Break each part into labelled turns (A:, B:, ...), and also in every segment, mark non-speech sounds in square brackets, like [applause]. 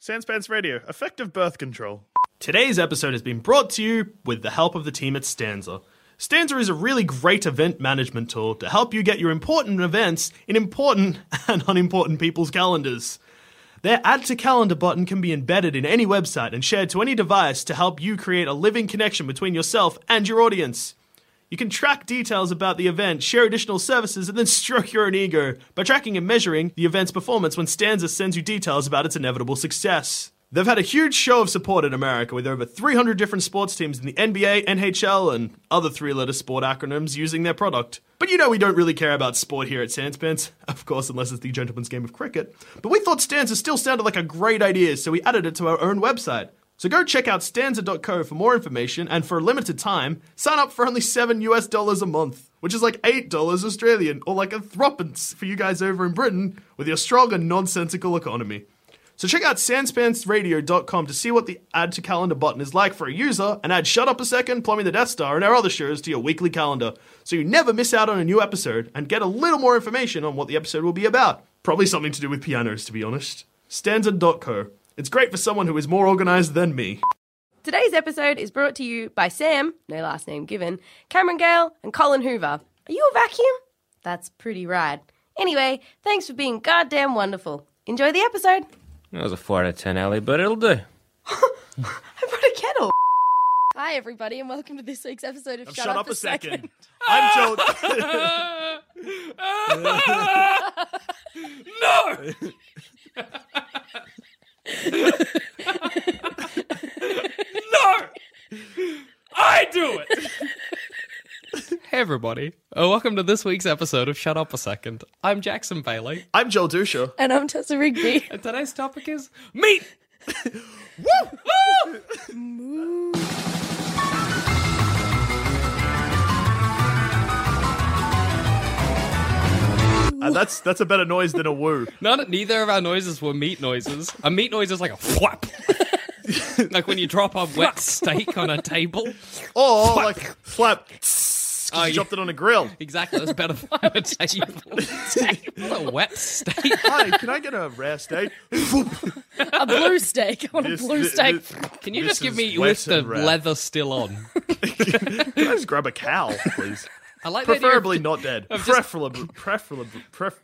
A: Sandspans Radio, effective birth control.
B: Today's episode has been brought to you with the help of the team at Stanza. Stanza is a really great event management tool to help you get your important events in important [laughs] and unimportant people's calendars. Their Add to Calendar button can be embedded in any website and shared to any device to help you create a living connection between yourself and your audience. You can track details about the event, share additional services, and then stroke your own ego by tracking and measuring the event's performance when Stanza sends you details about its inevitable success. They've had a huge show of support in America with over 300 different sports teams in the NBA, NHL, and other three letter sport acronyms using their product. But you know we don't really care about sport here at Sandspence, [laughs] of course, unless it's the gentleman's game of cricket. But we thought Stanza still sounded like a great idea, so we added it to our own website. So go check out stanza.co for more information and for a limited time, sign up for only 7 US dollars a month, which is like 8 dollars Australian or like a threepence for you guys over in Britain with your strong and nonsensical economy. So check out sanspansradio.com to see what the add to calendar button is like for a user and add Shut Up a Second, Plumbing the Death Star, and our other shows to your weekly calendar so you never miss out on a new episode and get a little more information on what the episode will be about. Probably something to do with pianos, to be honest. Stanza.co. It's great for someone who is more organized than me.
C: Today's episode is brought to you by Sam, no last name given, Cameron Gale, and Colin Hoover. Are you a vacuum? That's pretty rad. Anyway, thanks for being goddamn wonderful. Enjoy the episode.
D: That was a 4 out of 10, Ellie, but it'll do.
C: I brought a kettle.
E: Hi, everybody, and welcome to this week's episode of
A: Oh, Shut, up, a 2nd I'm [laughs] Joel.
F: I do it. [laughs] hey everybody, and welcome to this week's episode of Shut Up a Second. I'm Jackson Bailey,
A: I'm Joel Dusha.
E: And I'm Tessa Rigby.
F: and today's topic is
A: [laughs]
F: meat.
A: Uh, that's that's a better noise than a [laughs] woo.
F: [laughs] None, neither of our noises were meat noises. A meat noise is like a whap, [laughs] like when you drop a wet steak on a table.
A: Or like [laughs] flap. Because
F: Oh,
A: you
F: yeah.
A: dropped it on a [laughs] grill.
F: Exactly, that's better than a table. a wet steak.
A: Hi, can I get a eh? rare [laughs] steak?
E: a blue steak. I want a blue steak.
F: Can you
A: This
F: just give
A: is
F: me
A: wet
F: with the
A: and rare.
F: leather still on?
A: Can I just grab a cow, please?
F: I like the idea of-
A: Preferably not dead.
F: just-
A: Preferably, preferably, pref-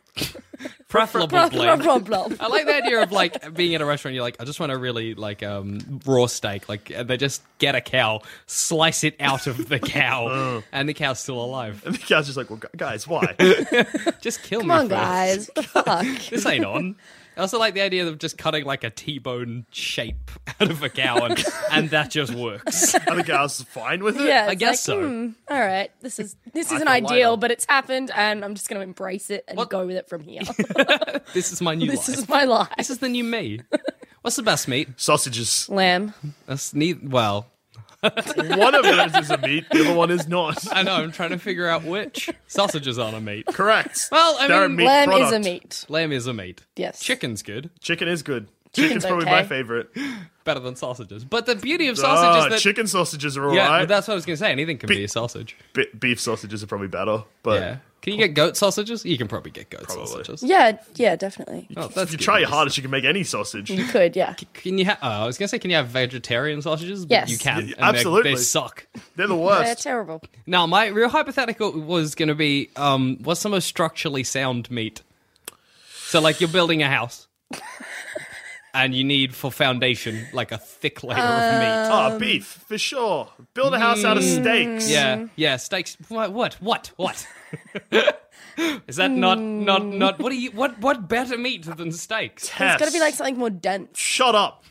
F: preferably.
E: Blah, blah, blah, blah.
F: I like the idea of like being at a restaurant. You're like, I just want a really like um, raw steak. Like and they just get a cow, slice it out of the cow, and the cow's still alive.
A: And the cow's just like, well, gu- guys, why?
F: Just kill
E: Come
F: me,
E: on,
F: first.
E: Oh, guys.
F: [laughs]
E: Fuck.
F: This ain't on. I also like the idea of just cutting like a T-bone shape out of a cow, and, and that just
E: [laughs]
F: works.
A: and the cow's fine with it.
E: Yeah,
F: I
E: it's
F: guess
E: like,
F: so.
E: hmm, all right, this is this
A: I
E: isn't
A: can lie
E: ideal,
A: down.
E: but it's happened, and I'm just going to embrace it and
F: What-
E: go with it from
F: [laughs]
E: here.
F: This is my new
E: [laughs] this
F: life.
E: is my
F: this
E: life.
F: is the new me. What's the best meat?
A: Sausages.
E: Lamb.
F: That's neat. Well,
A: One of those is a meat. The other one is not.
F: [laughs] I know. I'm trying to figure out
E: [laughs]
F: which sausages aren't a meat.
A: Correct.
F: Well, I
A: They're a
F: mean,
A: meat
E: Lamb
A: product.
E: is a meat.
F: Lamb is a meat.
E: Yes.
F: Chicken's good.
A: Chicken is good. Chicken's
E: Chicken's
A: probably my
E: okay.
A: favorite.
F: better than sausages. But the beauty of sausages
A: Ah,
F: that
A: chicken sausages are
F: yeah,
A: alright.
F: that's what I was going to say. Anything can be a sausage.
A: Be- beef sausages are probably better, but
F: Yeah. Can you get goat sausages? You can probably get goat
B: Probably.
F: sausages.
E: Yeah, yeah, definitely.
F: Oh, that's
B: you
F: good.
B: try your hardest, you can make any sausage.
E: You could, yeah.
F: Can you? Ha- oh, I was gonna say, can you have vegetarian sausages? But
E: Yes.
F: you can.
B: Yeah,
F: and they-
B: absolutely.
F: They suck.
B: They're the
E: They're
B: worst.
E: terrible.
F: Now, my real hypothetical was going to be um, what's the most structurally sound meat? So, like, you're building a house and you need for foundation, like, a thick layer of meat.
E: um,
B: Ah, beef for sure. Build a house out of
E: Hmm.
B: steaks.
E: Mm.
F: Yeah, yeah, steaks. What, what, what,
E: [laughs]
F: what? Is that not, not,
E: Hmm.
F: not, what are you, what, what better meat than
E: [laughs]
F: steaks?
B: Tess.
E: It's got to be like something more dense.
B: Shut
F: [laughs]
B: up.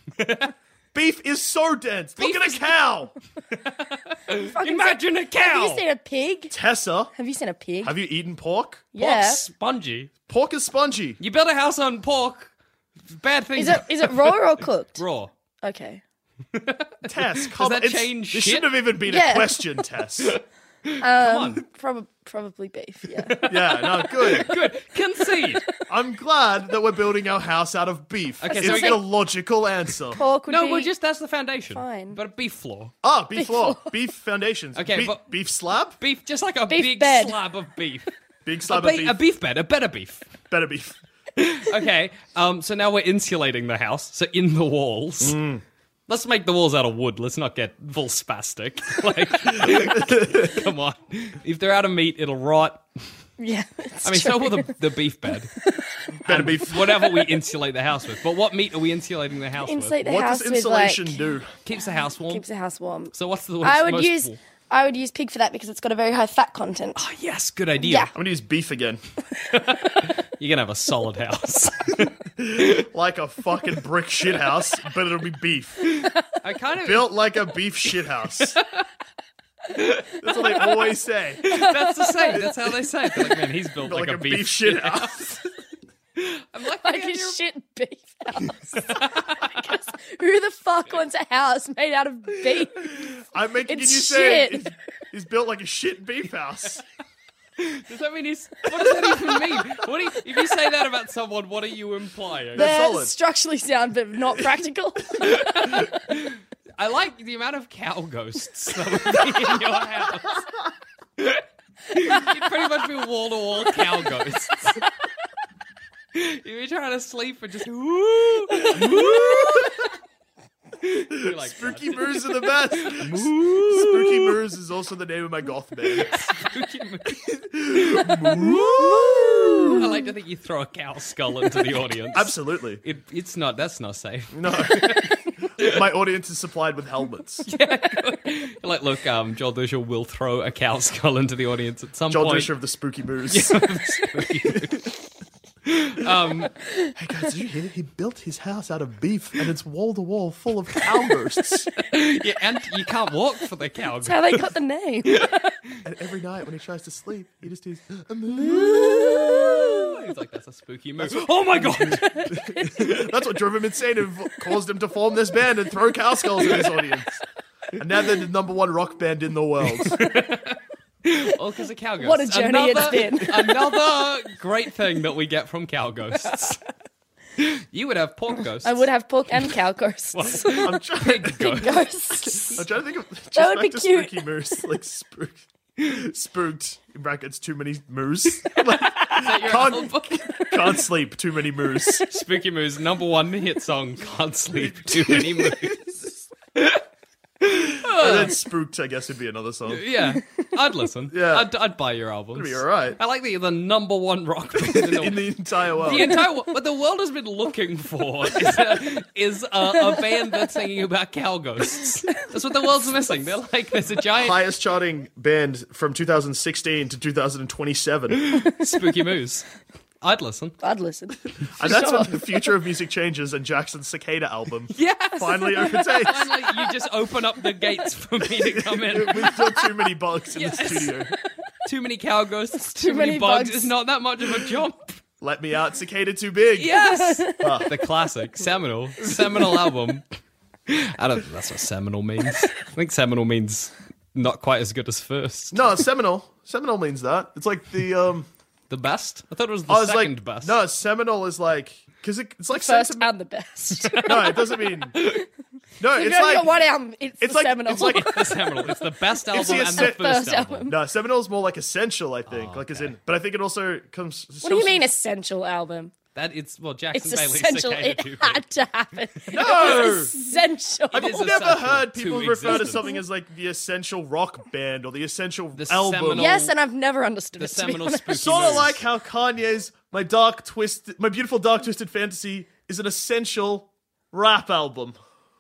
B: beef is so dense. Look at a cow.
F: Imagine a
E: Have you
F: cow!
E: seen a pig?
B: Tessa,
E: Have you seen a pig?
B: have you eaten pork?
F: Pork's
E: yeah.
F: spongy.
B: Pork is
F: [laughs]
B: spongy.
F: You build a house on pork, bad things.
E: Is it is it
F: [laughs]
E: raw or cooked?
F: raw?
E: Okay.
B: Tess, come
F: that
B: on. It's-
F: change
B: This
F: shit?
B: shouldn't have even been a
E: Yeah.
B: question, Tess.
E: [laughs] Prob- probably beef.
F: [laughs]
E: Yeah.
B: Yeah, no, good.
F: Good.
E: [laughs]
F: Concede.
B: I'm glad that we're building our house out of beef.
F: Okay,
B: it's
F: so we
B: the
F: got-
B: logical answer.
E: Pork would
F: no,
E: be.
F: well, just that's the foundation.
E: Fine.
F: But a beef floor.
B: Ah, beef floor, beef foundations.
F: Okay,
B: Be-
F: but-
B: beef slab,
F: Beef, just like a
E: Beef
F: big
E: bed.
F: slab of
E: [laughs]
F: beef.
B: big
F: a,
B: slab
F: ba-
B: of beef,
F: a beef bed, a better beef.
B: better beef.
F: Okay, um, so now we're insulating the house, so in the walls.
B: Mm.
F: Let's make the walls out of wood. Let's not get full spastic. [laughs]
B: [laughs]
F: Like, come on. If they're out of meat, it'll rot.
E: [laughs] yeah.
F: I mean, so will
E: [laughs]
F: the, the beef bed.
B: Better beef.
F: Whatever we insulate the house with. But what meat are we insulating the house [laughs]
E: insulate the
B: What
E: house
B: does insulation
E: with like
B: do?
F: with? Keeps the house warm.
E: keeps the house warm.
F: so what's the worst?
E: I would
F: most
E: use
F: warm?
E: I would use pig for that because it's got a very high fat content.
B: Oh,
F: Ah, Yes, good idea.
E: Yeah.
B: I'm gonna use beef again,
F: You're gonna have a solid
E: [laughs]
F: house.
B: like a fucking brick shit house, but it'll be beef.
F: I kind of
B: Built like a beef shit house. That's what they always say. Built
F: That's the same. That's how they say it. They're Like, man, he's built like,
B: like, a, beef, shit house.
F: I'm like,
E: [laughs] Like
F: yeah,
E: a
F: you're-
E: shit beef house. because who the fuck wants a house made out of
B: [laughs]
E: beef?
B: I'm making
E: It's
B: you say
E: shit.
B: it's,
E: [laughs]
B: it's built like a shit beef house.
F: does that mean he's? What does that even mean? What do you, if you say that about someone? What are you implying?
E: They're
B: solid.
E: Uh, structurally sound but not
B: [laughs]
E: practical.
F: I like the amount of cow ghosts that would be in your house. You'd pretty much be wall to wall cow ghosts. You'd be trying to sleep and just woo, woo. Like,
B: Spooky Moose are the best. Spooky Moose is also the name of my goth band.
F: I like to think you throw a cow skull into the audience.
B: Absolutely.
F: It, it's not. That's not safe.
B: No. my audience is supplied with helmets.
F: Like, look, um, Joel Dusha will throw a cow skull into the audience at some
B: Joel
F: point.
B: Dusher of the Spooky Moose.
F: [laughs]
B: [laughs]
F: Um,
B: Hey guys, did you hear? He built his house out of beef, and it's wall to wall full of cow ghosts.
F: yeah, and you can't walk for the cow.
E: That's how they got the
G: [laughs]
E: name.
B: and every night when he tries to sleep, he just hears.
F: He's like, that's a spooky move.
B: [laughs]
F: Oh my god!
B: That's what drove him insane and v- caused him to form this band and throw cow skulls at his audience. And now they're the number one rock band in the world.
F: Oh, because of cow ghosts.
E: What a journey it's
F: Another-
E: been. [laughs]
F: Another great thing that we get from cow ghosts. You would have pork ghosts.
E: I would have pork and cow ghosts.
B: I'm trying,
E: [laughs] Pig ghosts.
B: I'm trying to think of [laughs] just
E: That would
B: back
E: be
B: to
E: cute.
B: spooky moose, like spook, spooked in brackets too many moose. [laughs] Like, can't, can't sleep too many
F: [laughs]
B: moose.
F: Spooky Moo's number one hit song, Can't
B: [laughs]
F: Sleep Too Many Moos.
B: and then spooked, I guess, would be another song.
F: Yeah, I'd listen.
B: Yeah.
F: I'd, I'd buy your albums.
B: It'd be all right.
F: I like that you're the number one rock band
B: [laughs]
F: in the,
B: in the entire world.
F: the entire wo- what the world has been looking for is a, is a, a band that's singing about cow ghosts. That's what the world's missing. They're like there's a giant
B: highest charting band from 2016 to
F: [laughs]
B: 2027. and
F: spooky moose. I'd listen.
B: [laughs]
E: I'd listen.
B: that's when the future of music changes and Jackson's Cicada album
F: [laughs] Yes.
B: finally
F: [laughs]
B: opens its.
F: Finally, you just open up the gates for me to come in.
B: We've got too many bugs in the
F: Yes.
B: studio.
F: Too many cow ghosts. Too, many,
E: many
F: bugs.
E: bugs.
F: It's not that much of a jump.
B: Let me out, Cicada too big.
F: Yes. the classic seminal seminal album. I don't think that's what seminal means. I think seminal means not quite as good as first.
B: No, Seminole. Seminole means that. It's like the um.
F: The best? I thought it was the
B: I was
F: second
B: like,
F: best.
B: no, Seminole is like because it, [laughs] it's like
E: First [laughs]
B: sentiment-
E: and the best.
B: No, it doesn't mean No,
E: If
B: it's
E: you only
B: like
E: got one album, it's,
B: it's
E: the
B: like-
E: Seminole. [laughs]
B: it's like-
F: the Seminole. It's the best album
B: the
F: and the
B: ascent-
F: first,
E: First
F: album.
E: [laughs] album.
B: no Seminole's more like essential, I
F: Oh,
B: think. Like as in, but I think it also comes.
E: what do you mean essential album?
F: That it's well,
E: It's
F: Jackson Bailey's
E: essential. It had to happen.
B: No!
E: It was [laughs] essential.
B: I've
F: is
B: never
F: essential
B: heard
F: to
B: people refer to
F: existence.
B: something as like the essential rock band or the essential
F: The
B: album.
F: seminal-
E: yes, and I've never understood
F: the
E: it. to be
F: Seminole
E: honest.
F: spooky
B: Sort of
F: moves.
B: like how Kanye's "My Dark Twist," "My Beautiful Dark Twisted Fantasy" is an essential rap album.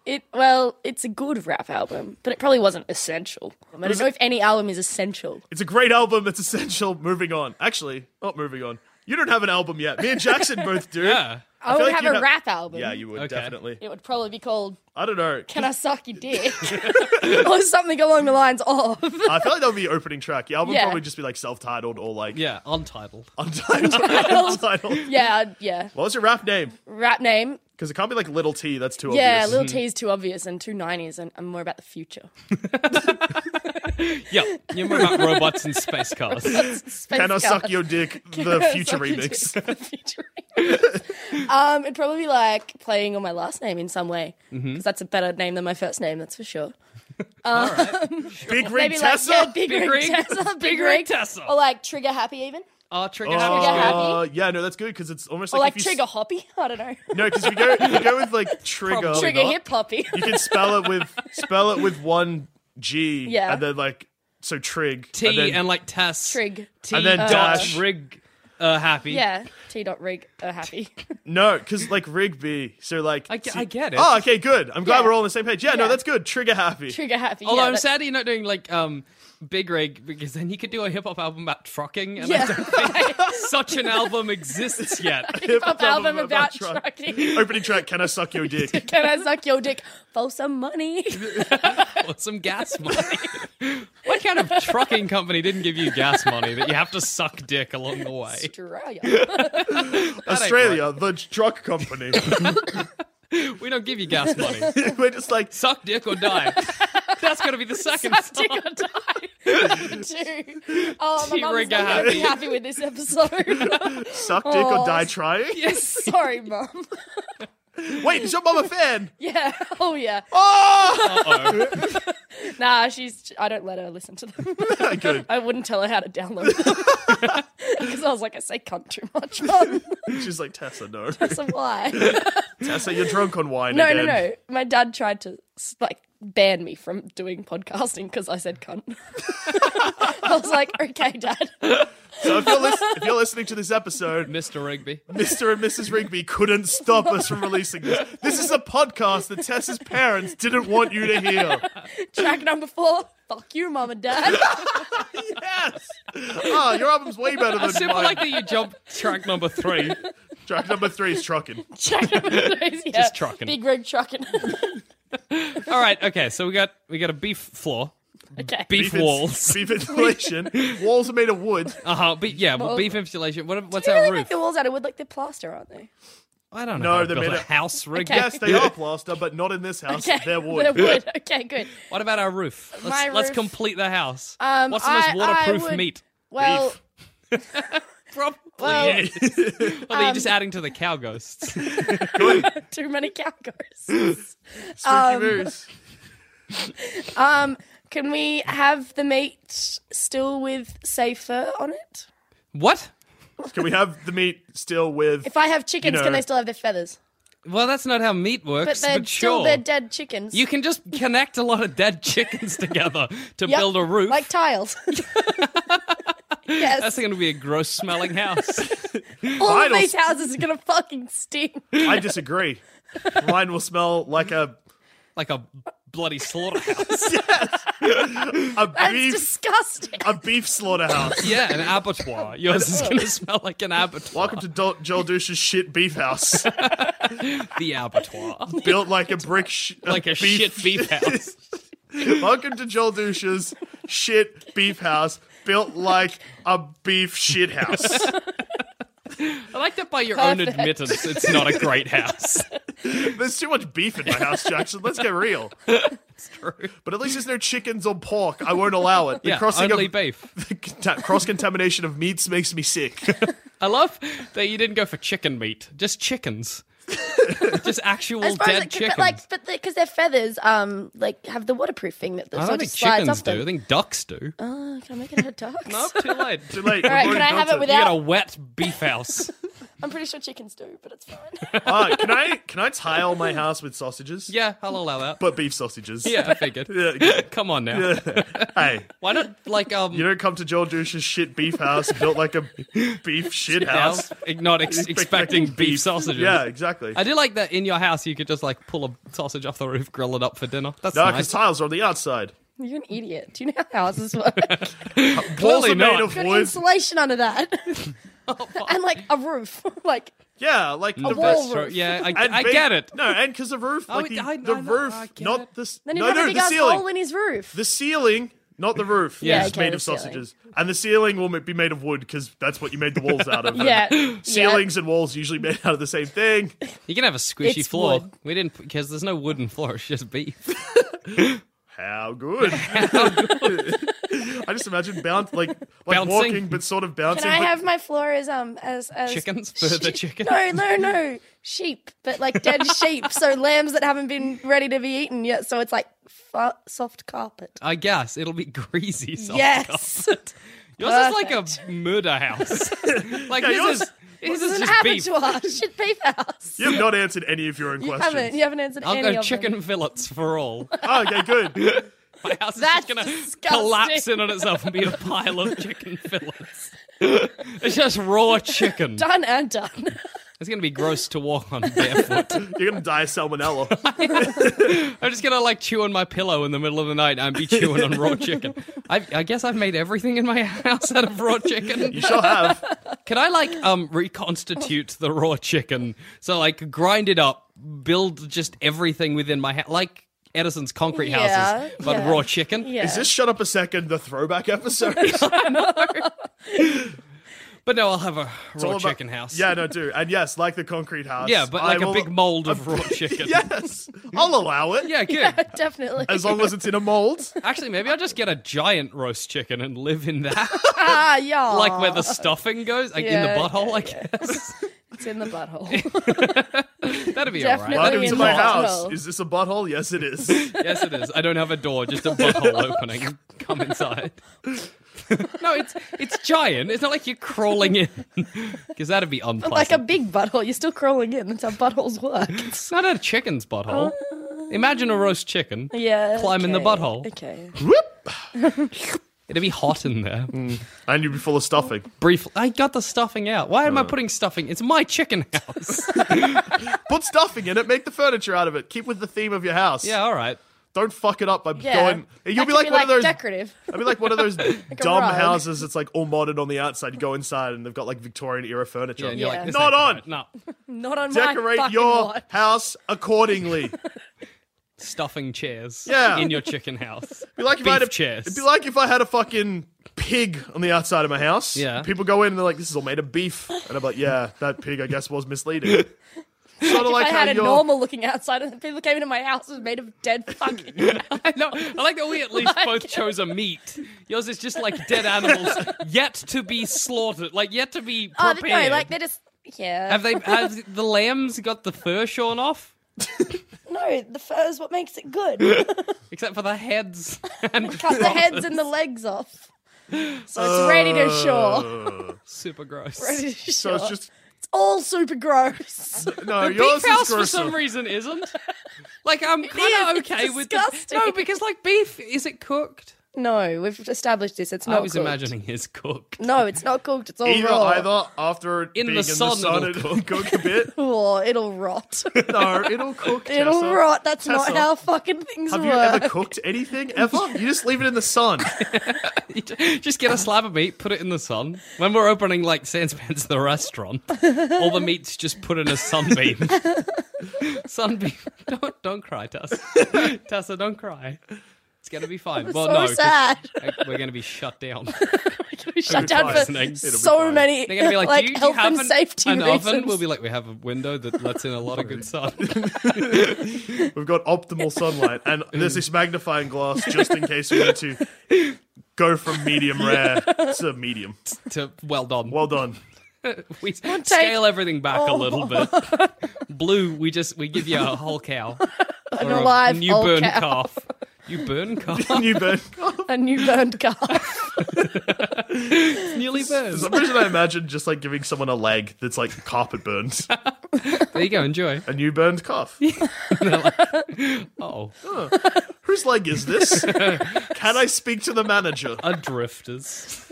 E: It well, it's a good rap album, but it probably wasn't essential. I don't know if any album is essential.
B: It's a great album. It's essential. [laughs] Moving on. Actually, not moving on. You don't have an album yet. Me and
F: [laughs]
B: Jackson both do.
F: [laughs] Yeah.
E: I, would
B: feel like
E: Oh, have
B: you'd
E: a
B: have-
E: rap album.
B: Yeah, you would
F: Okay.
B: definitely.
E: It would probably be called
B: I don't know.
E: "Can I Suck Your [laughs] Dick" or something along the lines of.
B: [laughs] I feel like that would be opening track. Your album would
E: Yeah.
B: probably just be like self-titled or like
F: Yeah, untitled.
B: untitled. [laughs] untitled.
E: Yeah, I'd- yeah.
B: What was your rap name?
E: Rap name.
B: Because it can't be like Little T. That's too
E: Yeah,
B: obvious. Hmm.
E: Lil T's too obvious and too 90s, and I'm more about the future. [laughs]
F: Yeah, you're more about robots and space cars.
E: Space
B: Can I
E: Cowboys.
B: suck
E: [laughs]
B: your dick? The
E: Can I
B: future
E: suck your dick? [laughs]
B: remix.
E: The future remix. um, it'd probably be like playing on my last name in some way, because
B: Mm-hmm.
E: that's a better name than my first name, that's for sure.
B: Big Rig
E: Maybe like
B: Tessa.
E: yeah, Big,
F: Big
E: Rig,
F: Rig?
E: Tessa, Big
F: Rig
E: Rig
F: Tessa.
E: or like Trigger Happy even,
F: [laughs] Oh, Trigger
B: Oh,
F: Happy's
E: Trigger
F: good.
E: Happy.
B: yeah, no, that's good because it's almost
E: or
B: like,
E: like
B: if you s-
E: Trigger Hoppy. [laughs] I don't know.
B: No, because if you go, if you go with
E: [laughs]
B: like trigger,
E: Trigger Hip [laughs] Hoppy.
B: You can spell it with spell it with one G,
E: Yeah.
B: and then like so trig
F: T
B: and
F: and,
B: then
F: like Tess.
E: Trig. uh,
F: T
B: And then
F: dot
B: dash.
F: Rig uh, Happy.
E: Yeah, T dot Rig uh, Happy. [laughs]
B: no, because like Rigby, so like
F: I ge-
B: T-
F: I get it.
B: Oh, okay, good. I'm glad
E: Yeah.
B: we're all on the same page. Yeah, no,
E: Yeah.
B: that's good. Trigger happy.
E: Trigger Happy.
F: Although
E: yeah,
F: I'm
E: that- [laughs]
F: sad you're not doing like um Big Rig because then you could do a hip hop album about trucking and I
E: Yeah.
F: don't think
E: [laughs]
F: such an album exists yet.
B: [laughs] Hip
E: Hip-hop album about
B: [laughs]
E: trucking.
B: Opening track. Can I suck your
E: [laughs]
B: dick?
E: Can I suck your dick for some money? [laughs]
F: or some gas money. [laughs] what kind of trucking company didn't give you gas money that you have to suck dick along the way?
E: Australia. [laughs]
B: Australia, the truck company. [laughs]
F: We don't give you gas money.
B: we're just like
F: Suck dick or
E: [laughs]
F: die. That's gonna be the second
E: Suck
F: song.
E: dick or die. Two. Oh, my
F: Trigger
E: mum's not gonna
F: Happy.
E: be happy with this episode. [laughs]
B: suck dick or
E: Aw.
B: die
E: [laughs]
B: trying.
E: Sorry, mum. [laughs]
B: Wait, is your mom a fan?
E: Yeah. Oh, yeah.
B: Oh,
E: Nah, she's. I don't let her listen to them.
B: [laughs]
E: [laughs]
B: good.
E: I wouldn't tell her how to download them [laughs] because I was like, I say cunt too much, mum. [laughs]
B: She's like Tessa. No,
E: So why?
B: Tessa, you're drunk on wine
E: No, no,
B: again.
E: no. My dad tried to s- like ban me from doing podcasting because I said cunt. [laughs] I was like, okay, dad.
B: So if you're, lis- if you're listening to this episode,
F: Mr. Rigby.
B: Mr. and Mrs. Rigby couldn't stop us from releasing this. This is a podcast that Tessa's parents didn't want you to hear.
E: Track number four. Fuck you, mum and dad. [laughs]
B: Yes. Ah, your album's way better
F: I
B: than
F: super
B: mine.
F: like that you jump track number [laughs] three.
B: Track number three is trucking.
E: Track number three. Yeah.
F: Just trucking.
E: Big rig trucking. [laughs]
F: All right, okay, so we got we got a beef floor.
E: okay.
F: Beef,
B: ins-
F: walls.
B: Beef insulation. Walls are made of wood.
F: Uh huh. But yeah, well, beef insulation. What, what's
E: They
F: our
E: really
F: roof?
E: make the walls out of wood like they're plaster, aren't they?
F: I don't
B: No,
F: know. how to
B: they
F: build
B: made
F: a
B: it-
F: house rig.
E: Okay.
B: Yes, they are plaster, but not in this house.
E: Okay.
B: They're wood.
E: They're
F: [laughs]
E: wood. Okay, good.
F: What about our roof? Let's,
E: My
F: let's
E: roof-
F: complete the house.
E: Um,
F: What's the
E: I-
F: most
E: I
F: waterproof
E: would-
F: meat?
E: Well,
F: Probably.
E: well
F: Well, you're
E: um,
F: just adding to the cow ghosts.
E: [laughs]
F: [laughs]
E: too many cow ghosts.
B: [laughs] Spooky moose.
E: Um, [laughs] can we have the meat still with say fur on it?
F: what?
B: Can we have the meat still with?
E: If I have chickens,
B: know-
E: can they still have their feathers?
F: Well, that's not how meat
E: But
F: works. But,
E: they're still
F: sure,
E: they're dead chickens.
F: you can just connect a lot of dead chickens [laughs] together to
E: Yep,
F: build a roof. [laughs]
E: like tiles. yes,
F: that's going to be a gross smelling house.
E: all of
B: Vital-
E: these houses are gonna fucking
F: [laughs]
E: stink.
B: I disagree. Mine will smell like a
F: [laughs] like a bloody slaughterhouse.
B: a
E: That's
B: beef
E: disgusting.
B: a beef slaughterhouse.
F: yeah, an abattoir. Yours is going to smell like an abattoir.
B: Welcome to Do- Joel Douche's shit beef
F: [laughs]
B: house.
F: the abattoir.
B: built like a brick, sh-
F: [laughs] like a shit [laughs] beef house.
B: [laughs] Welcome to Joel Douche's shit beef house, built like a beef shit
F: [laughs]
B: house.
F: I like that by your own
E: Perfect.
F: admittance, it's
E: [laughs]
F: not a great house.
B: There's too much beef in my house, Jackson. Let's get real. But at least there's no chickens or pork. I won't allow it. The
F: Yeah,
B: crossing
F: only
B: of
F: beef.
B: cross
F: [laughs]
B: contamination of meats makes me sick.
E: [laughs]
F: I love that you didn't go for chicken meat, just chickens. Just actual
E: I suppose
F: dead
E: it could-
F: chickens.
E: But like, but because their feathers, um, like have the waterproofing that the
F: I
E: so
F: don't
E: it
F: think
E: just slides
F: chickens
E: off
F: do.
E: them.
F: I think ducks
E: [laughs]
F: do.
E: Oh, can I make it a duck?
F: Nope, too [laughs] late.
B: Too late.
E: All right,
B: We've already
E: can I have
B: built
E: it
F: You got a
E: without?
F: wet beef house.
E: [laughs] I'm pretty sure chickens do, but it's fine. [laughs]
B: Ah, can I can I tile my house with sausages?
F: yeah, I'll allow that.
B: but beef sausages. [laughs]
F: yeah, I
E: [laughs]
F: figured.
B: Yeah.
F: Come on now. [laughs]
B: Hey,
F: Why not like um
B: you don't come to Joel Douche's shit beef house built like a
F: [laughs]
B: beef shit house.
F: not ex- expecting beef sausages?
B: Yeah, exactly.
F: I do like that in your house you could just like pull a sausage off the roof, grill it up for dinner. That's
B: No, because
F: nice.
B: tiles are on the outside.
E: You're an idiot. Do you know how houses
F: [laughs]
E: work?
B: Walls
F: Clearly
B: are made
F: not.
B: of
E: Got
B: wood.
E: insulation
F: [laughs]
E: under that,
F: Oh,
E: and like a roof. [laughs] like
B: Yeah, like the
E: wall
B: roof.
E: roof.
F: True, Yeah, I,
B: And
F: I
B: ba-
F: get it.
B: No, and because the roof,
F: Oh,
B: like
F: it-
B: the,
F: [laughs] I-
B: the
F: I know,
B: roof,
F: I get
B: not
F: it.
B: the s-
E: then he'd
B: no,
E: have
B: no,
E: a big
B: the
E: ass
B: ceiling,
E: hole in his
F: [laughs]
E: roof.
B: the ceiling, not the roof.
F: Yeah,
B: is
E: okay,
B: made
E: the
B: of
E: ceiling.
B: sausages, and the ceiling will ma- be made of wood because that's what you made the walls out
E: [laughs]
B: of.
H: Yeah.
F: [laughs]
B: ceilings and walls usually made out of the same thing.
F: You can have a squishy
E: It's
F: floor.
E: wood.
F: We didn't because there's no wooden floor. It's just beef.
B: How
F: [laughs]
B: good! I just imagine bound like like
F: Bouncing.
B: walking, but sort of bouncing.
E: Can I
B: but-
E: have my floor as um as, as
F: Chickens for the chicken.
E: No, no, no, sheep, but
F: [laughs]
E: like dead sheep, so lambs that haven't been ready to be eaten yet. So it's like fa- soft carpet.
F: I guess it'll be greasy. Soft
E: yes, [laughs]
F: Yours is like a murder house. like
B: Yeah,
F: this
B: yours-
F: is this is
E: this is an
F: just beef.
E: abattoir. Shit, beef house.
B: you have not answered any of your own
E: You
B: questions.
E: haven't. You haven't answered
F: I'll
E: any
F: go
E: of
F: chicken
E: them.
F: fillets for
E: [laughs]
F: all.
B: Oh, okay, good.
F: My house is
E: That's
F: just gonna
E: disgusting.
F: collapse in on itself and be a pile of chicken fillets. it's just raw chicken.
E: Done and done.
F: [laughs] It's gonna be gross to walk on
E: [laughs]
F: barefoot.
B: You're gonna die of salmonella.
F: I'm just gonna like chew on my pillow in the middle of the night and be chewing on raw
E: [laughs]
F: chicken. I, I guess I've made everything in my [laughs] house out of raw chicken.
B: You sure have.
F: Can I like um reconstitute the raw chicken? So like grind it up, build just everything within my house, like Edison's concrete
E: Yeah,
F: houses, but
E: yeah.
F: raw chicken.
E: Yeah.
B: Is this
E: [laughs]
B: shut up a second? The throwback
F: [laughs]
B: episode.
F: But no, I'll have a
B: It's all
F: raw
B: about-
F: chicken house.
B: Yeah, no, do. And yes, like the concrete house.
F: yeah, but like
B: I
F: a
B: will-
F: big
B: [laughs]
F: mold of raw chicken.
B: Yes, I'll allow it.
F: yeah, good.
E: [laughs] Definitely.
B: As long as it's in a
E: [laughs]
B: mold.
F: Actually, maybe I'll just get a giant roast chicken and live in that,
E: ah, yeah.
F: like where the stuffing goes, like in
E: Yeah,
F: the butthole. I [laughs] guess
E: it's in
F: [laughs]
E: the butthole.
F: that'd be
E: Definitely.
F: all right.
B: Welcome
E: in
B: to my
E: the
B: house.
E: butthole.
B: Is this a butthole? Yes, it is.
F: Yes, it is. I don't have a door, just a
E: [laughs]
F: butthole opening. Come inside. no, it's it's giant. It's not like you're crawling in, [laughs] because that'd be unpleasant.
E: like a big butthole. You're still crawling in. That's how buttholes work.
F: it's not a chicken's butthole. Imagine a roast chicken.
E: Oh. Yeah.
F: Climb in the
E: okay,
F: butthole.
E: Okay.
F: It'd be hot in there.
E: Mm.
B: and you'd be full of stuffing.
F: Briefly, I got the stuffing out. Why
B: Uh.
F: am I putting stuffing? It's my chicken
B: [laughs]
F: house.
B: Put stuffing in it. Make the furniture out of it. Keep with the theme of your house.
F: yeah, all right.
B: Don't fuck it up by
E: Yeah.
B: going. You'll
E: That
B: be
E: could
B: like one of those.
E: decorative.
B: I'd be like one of
E: [laughs]
B: those dumb
E: rug.
B: houses that's like all modded on the outside. You go inside and they've got like Victorian era furniture.
F: And you're
E: Yeah.
F: like, this
B: Not
F: ain't
B: on.
F: right. No
E: Not on my
B: Decorate
E: fucking
B: your
E: watch.
B: house
E: [laughs]
B: accordingly.
F: stuffing chairs.
B: Yeah.
F: in your chicken house.
B: Be like if I
F: Beef
B: had a,
F: chairs.
B: It'd be like if I had a fucking pig on the outside of my house.
F: Yeah.
B: People go in and they're like, "This is all made of beef," and I'm like, "Yeah, that pig, I guess, was
E: [laughs]
B: misleading." sort of
E: If
B: like
E: I
B: how
E: had a
B: you're-
E: normal looking outside and people came into my house it was made of dead
F: [laughs]
E: fucking
F: I know. I like that we at least both chose a meat. Yours is just like dead
E: [laughs]
F: animals yet to be slaughtered, like yet to be
E: Oh
F: prepared.
E: they- no, like they're just yeah.
F: have they? Have the lambs got the fur shorn off?
E: No, the fur is what makes it
F: [laughs]
E: good. Cut
F: Except for the heads
E: [laughs] Oh
F: and
E: the heads and the legs off. So it's ready to
B: [laughs]
E: shore.
F: super gross.
E: Ready to
B: Uh, So
E: shore.
B: it's just
E: It's all super gross. [laughs]
B: no.
F: The
B: [laughs] yours
F: beef house
B: is
F: for some
B: gruesome.
F: reason isn't. Like I'm kind
E: is,
F: of
E: it's
F: okay with the,
E: disgusting.
F: no because like beef is it cooked?
E: No, we've established this. It's not
F: I was
E: cooked.
F: imagining it's cooked. [laughs]
E: No, it's not cooked. It's all
B: Either
E: raw.
B: either after it
F: In
B: being
F: the
B: in
F: sun,
B: the sun,
F: it'll
B: it'll [laughs] cook a bit.
E: Oh,
B: [laughs]
E: it'll rot.
B: No, it'll cook.
E: it'll
B: Tessa.
E: rot. That's
B: Tessa,
E: not how fucking things
B: Have you
E: work.
B: ever cooked anything ever? You just leave it in the sun.
F: You ju- Just get a slab of meat, put it in the sun. When we're opening like Sandspans the restaurant, all
E: [laughs]
F: the meat's just put in a sunbeam. sunbeam. [laughs] Don't don't cry,
E: [laughs]
F: Tessa. Tessa, don't cry. It's gonna be fine. well,
E: so
F: no, 'cause
E: sad.
F: we're gonna be shut down.
I: [laughs]
E: We shut down
B: fine.
E: for
B: It'll be
E: so
B: fine.
E: many
F: They're gonna be like,
E: like
F: do you, do you
E: health
F: have
E: and
F: an,
E: safety
F: an
E: reasons.
F: oven? We'll be like, we have a window that lets in a lot of good sun. [laughs]
B: We've got optimal sunlight, and there's this magnifying glass just in case we need to go from medium rare to medium.
F: to well done.
B: Well done. [laughs]
F: we
I: One take.
F: scale everything back a
I: Oh.
F: little bit. Blue, we just we give you a whole
E: [laughs]
F: cow,
I: An
F: Or "Oh, a
I: alive old
F: newborn
I: cow.
F: calf. You burn
E: [laughs]
F: calf.
B: New burn.
I: [laughs] A new burned calf.
F: Nearly
B: For
F: burns.
B: some reason, I imagine just like giving someone a leg that's like carpet burned,
F: There you go.
E: [laughs]
F: Enjoy.
B: a new burned calf.
F: [laughs] Oh,
B: Whose leg is this? Can I speak to the manager?
F: a
E: [laughs]
F: drifters.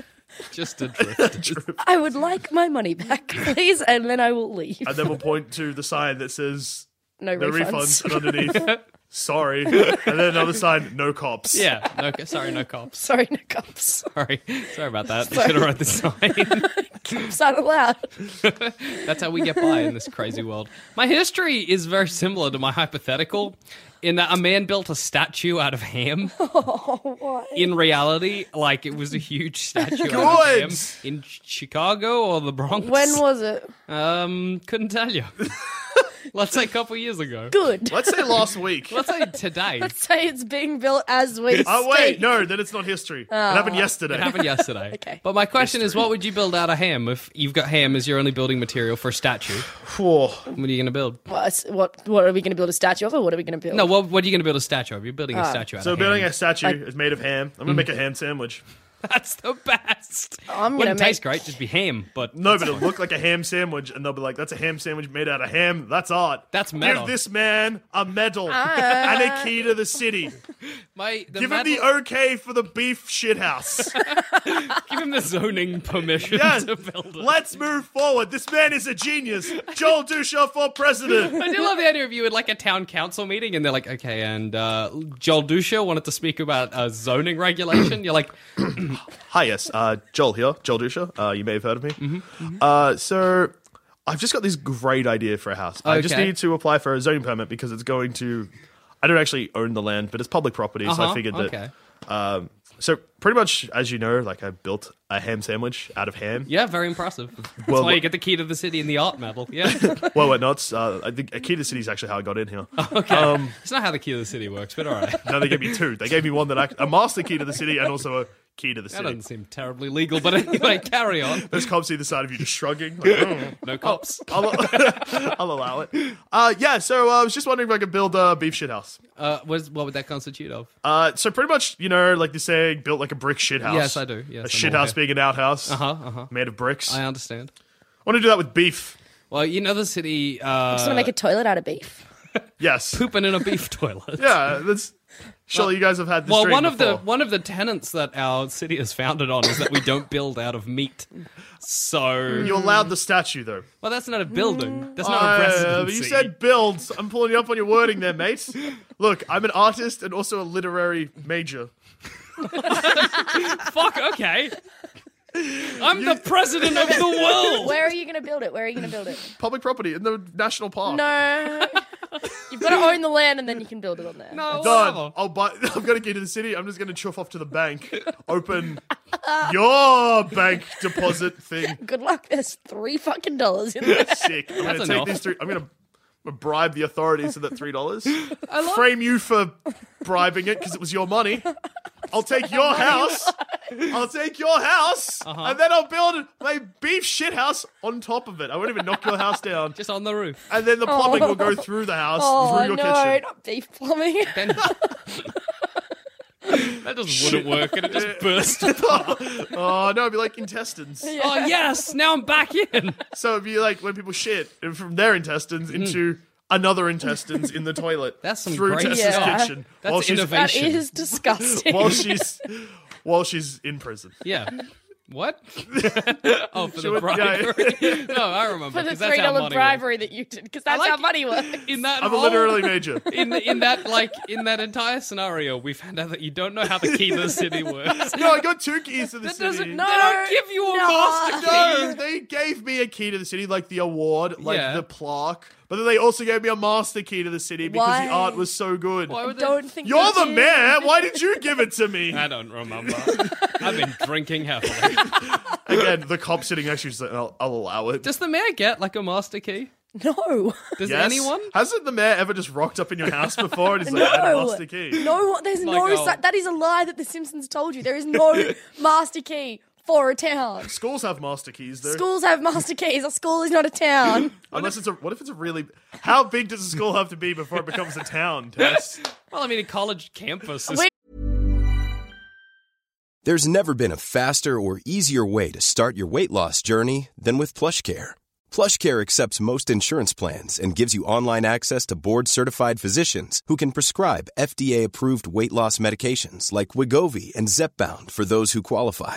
F: Just a drifters.
I: [laughs] I would like my money back, [laughs] please, and then I will leave.
B: And then we'll point to the sign that says
I: No,
B: Uh, no
I: refunds.
B: refunds, and underneath. Sorry. And then another sign, no cops.
F: yeah. No. co- Sorry. No
I: [laughs]
F: cops.
I: Sorry, no cops.
F: Sorry. Sorry
I: [laughs]
F: about that. Should have read the [laughs] sign.
I: Cops aren't allowed.
F: That's how we get by in this crazy world. My history is very similar to my hypothetical in that a man built a statue out
I: [laughs]
F: of ham.
I: Oh,
F: In reality, like it was a huge statue out of ham
B: Good.
F: in Ch- Chicago or the Bronx.
I: When was it?
F: um couldn't
I: [laughs]
F: tell you. Let's say a couple years ago.
I: Good.
B: Let's say last week.
F: [laughs] Let's say today. [laughs]
I: Let's [laughs] say it's being built as we
B: Oh, wait.
I: speak.
B: No, then it's not history. it happened yesterday.
F: It happened yesterday.
I: [laughs] Okay.
F: But my question is, what would you build out of ham if you've got ham as your only building material for a statue?
B: Whoa.
F: What are you going to build?
I: What, what, what are we going to build a statue of, or what are we going to build?
F: No, what, what are you going to build a statue of? You're building
I: Ah.
F: a statue out
B: So,
F: of
B: building
F: ham.
B: a statue is made of ham. I'm going to make a ham sandwich.
F: [laughs] That's the best.
I: I'm gonna
F: Wouldn't taste
I: make-
F: great, just be ham. But
B: No, but it'll look like a ham sandwich, and they'll be like, that's a ham sandwich made out of ham. That's art.
F: That's metal.
B: Give this man a medal and a key to the city.
F: my the
B: Give
F: medal-
B: him the okay for the beef shithouse.
F: give him
B: [laughs]
F: the zoning permission
B: Yes.
F: [laughs] to build it.
B: Let's move forward. This man is a
F: [laughs]
B: genius. Joel Dusha for president.
F: I do love the idea of you at like a town council meeting, and they're like, "Okay," and uh, Joel Dusha wanted to speak about uh, zoning regulation. You're like,
B: Hi, yes. Uh, Joel here. Joel Dusha. Uh, you may have heard of me.
F: Mm-hmm,
B: Uh, so I've just got this great idea for a house. I just
F: Okay.
B: need to apply for a zoning permit because it's going to. I don't actually own the land, but it's public property, so
F: Uh-huh,
B: I figured
F: okay.
B: that. Um, so pretty much, as you know, like I built a ham sandwich out of ham.
F: "Yeah, very impressive." That's
B: Well,
F: why you
B: what-
F: get the key to the city and the art medal.
B: [laughs]
F: Yeah,
B: Well, what not? Uh, I think a key to the city is actually how I got in here.
F: [laughs] okay. it's not how the key to the city works, but all
B: [laughs]
F: right.
B: No, they gave me two. They gave me one that I, a master key to the city and also a key to the
F: That
B: city.
F: doesn't seem terribly legal, but anyway, [laughs] carry on.
B: There's cops either side of you just shrugging. Like,
F: [laughs]
B: "Mm,
F: No cops.
B: I'll, I'll [laughs] allow it. Uh, yeah, so uh, I was just wondering if I could build a beef shit house.
F: Uh, what, is, what would that constitute of?
B: Uh, so pretty much, you know, like they're saying, built like a brick shit house.
F: Yes, I do. Yes, I'm
B: a shit
F: aware.
B: house being an outhouse
F: Uh huh. Uh huh.
B: made of bricks.
F: I
B: I
F: understand.
B: want to do that with beef.
F: Well, you know the city. Uh,
I: Just want to make a toilet out of beef.
B: Yes.
F: pooping in a beef [laughs] toilet.
B: Yeah, that's. Surely you guys have had this.
F: Well,
B: dream
F: one of the
B: before.
F: one of the tenets that our city is founded on is that we don't build out of meat. So,
B: You allowed the statue though.
F: well, that's not a building. That's not a
B: Uh,
F: residency.
B: you said builds. I'm pulling you up on your wording there, mate. Look, I'm an artist and also a literary major.
F: fuck. Okay, I'm the president of the world.
I: Where are you going to build it? Where are you going to build it?
B: Public property in the national park.
I: No.
F: [laughs]
I: You've got to own the land and then you can build it on there.
F: No,
B: Done.
F: whatever.
B: I'll buy. [laughs] I'm gonna get to the city. I'm just gonna chuff off to the
I: [laughs]
B: bank, open your bank deposit thing.
I: [laughs] Good luck. There's three fucking
B: [laughs]
I: dollars in there.
B: Sick. I'm gonna
F: That's
B: take
F: enough.
B: these three. I'm gonna. I'm gonna bribe the authorities for that three dollars. Frame you for bribing it because it was your money. I'll take
I: [laughs]
B: your house. I'll take your house,
F: Uh-huh.
B: and then I'll build my beef shit house on top of it. I won't even knock your house down,
F: Just on the roof.
B: and then the plumbing will go through the house
I: Oh,
B: through your
I: no,
B: kitchen. [laughs]
I: [laughs] not beef plumbing.
F: Then that just wouldn't work, and it [laughs] just burst.
B: Oh no, it'd be like intestines.
F: Oh yes, now I'm back in.
B: So it'd be like when people shit and from their intestines into another intestines in the toilet.
F: Mm-hmm. [laughs] That's some
B: through
F: great
B: Tessa's
I: stuff.
B: kitchen
F: That's
B: while she's
F: innovation.
I: That is
B: [laughs]
I: disgusting. [laughs]
B: while she's while she's in prison.
F: Yeah.
B: [laughs]
F: What? oh, for the
B: would- yeah.
F: bribery. [laughs] no, I remember.
I: For the
F: 'cause that's
I: three
F: how
I: dollar
F: money
I: bribery that you did, because that's
F: like
I: how
F: it.
B: [laughs]
I: money works.
F: works. In that
B: I'm a
F: whole-
B: literary
F: [laughs]
B: major.
F: in in that like in that entire scenario, we found out that you don't know how the key to the
I: [laughs]
F: city works.
B: No, I got two keys to the
F: That
B: city.
F: doesn't. They don't give you a
I: [laughs]
F: master key.
B: No, they gave me a key to the city, like the award, like
F: Yeah.
B: the plaque. But then they also gave me a master key to the city because
I: Why?
B: the art was so good.
F: Why would they-
I: Don't think
B: You're
I: they
B: the
I: do.
B: mayor. Why did you give it to me?
F: [laughs] I don't remember. I've been drinking
I: [laughs]
F: heavily.
B: Again, the cop sitting next to you is like, I'll, I'll allow it.
F: Does the mayor get like a master key?
I: [laughs] No,
F: Does
B: Yes?
F: anyone?
B: Hasn't the mayor ever just rocked up in your house before and he's like, I
F: [laughs]
B: had a
I: No.
B: master key?
I: no. There's
F: Like,
I: no.
F: oh.
B: [laughs]
I: su- that is a lie that The Simpsons told you. There is no master key for a town.
B: Schools have master keys, though.
I: Schools have master keys. A school is not a town.
B: Unless it's a. What if it's a really. How big does a school have to be before it becomes a town, [laughs] Tess?
F: Well, I mean, a college campus is
I: Wait.
G: There's never been a faster or easier way to start your weight loss journey than with PlushCare. PlushCare accepts most insurance plans and gives you online access to board-certified physicians who can prescribe FDA-approved weight loss medications like Wigovi and Zepbound for those who qualify.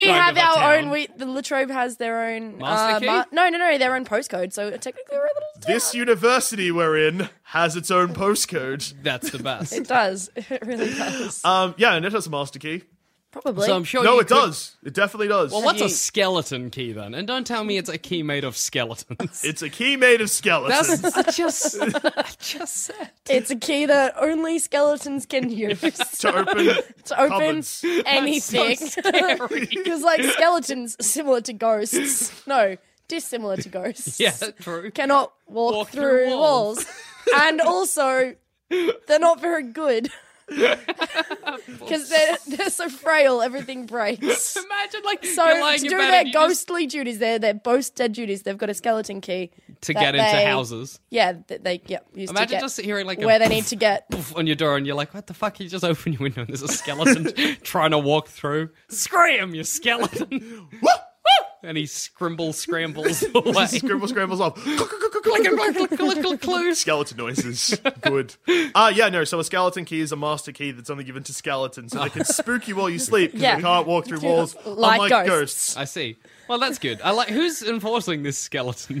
I: We
J: Don't
I: have
J: give up
I: our
J: town.
I: own. We the Latrobe has their own. uh,
B: Master key?
I: no, no, no. Their own postcode. So technically, we're a little.
B: This university we're in has its own postcode.
F: That's the best.
I: It does. [laughs] It really does.
B: Um, yeah, and it has a master key.
I: Probably.
B: No,
F: you
B: it
F: could-
B: does. It definitely does.
F: Well, what's a skeleton key then? And don't tell me it's a key made of skeletons.
B: It's a key made of skeletons.
F: [laughs] That's, I just, I just said.
I: It's a key that only skeletons
B: [laughs]
I: can [laughs] use. to
B: open
F: [laughs]
I: to open
B: cupboards.
I: anything.
F: That's so [laughs] scary.
I: [laughs] Because like skeletons, similar to ghosts. No, dissimilar to ghosts. [laughs]
F: Yeah, true.
I: Cannot walk, through, walls. and also, they're not very good. [laughs] Because they're, they're so frail, everything breaks.
F: Imagine, like,
I: so
F: you're lying in
I: to do
F: bed
I: their
F: and you just-
I: ghostly duties, their their ghostly duties, they've got a skeleton key
F: To
I: that
F: get into
I: they-
F: houses.
I: Yeah, that they yeah. Used to
F: Imagine
I: get
F: just hearing like a
I: where they
F: poof,
I: need to get
F: poof on your door, and you're like, "What the fuck?" You just open your window, and there's a skeleton
I: [laughs]
F: trying to walk through. Scram, you skeleton! and he
I: [laughs]
F: scrimble scrambles away.
B: Scribble scrambles off. [laughs]
F: [laughs] clues.
B: Skeleton noises. Good. Ah, yeah, no. So a skeleton key is a master key that's only given to skeletons, so they can spook you while you sleep because
F: Yeah.
B: they can't walk
F: [laughs]
B: through walls
F: Like
B: unlike
F: ghosts.
B: ghosts.
F: I see. Well, that's good. I like. Who's enforcing this skeleton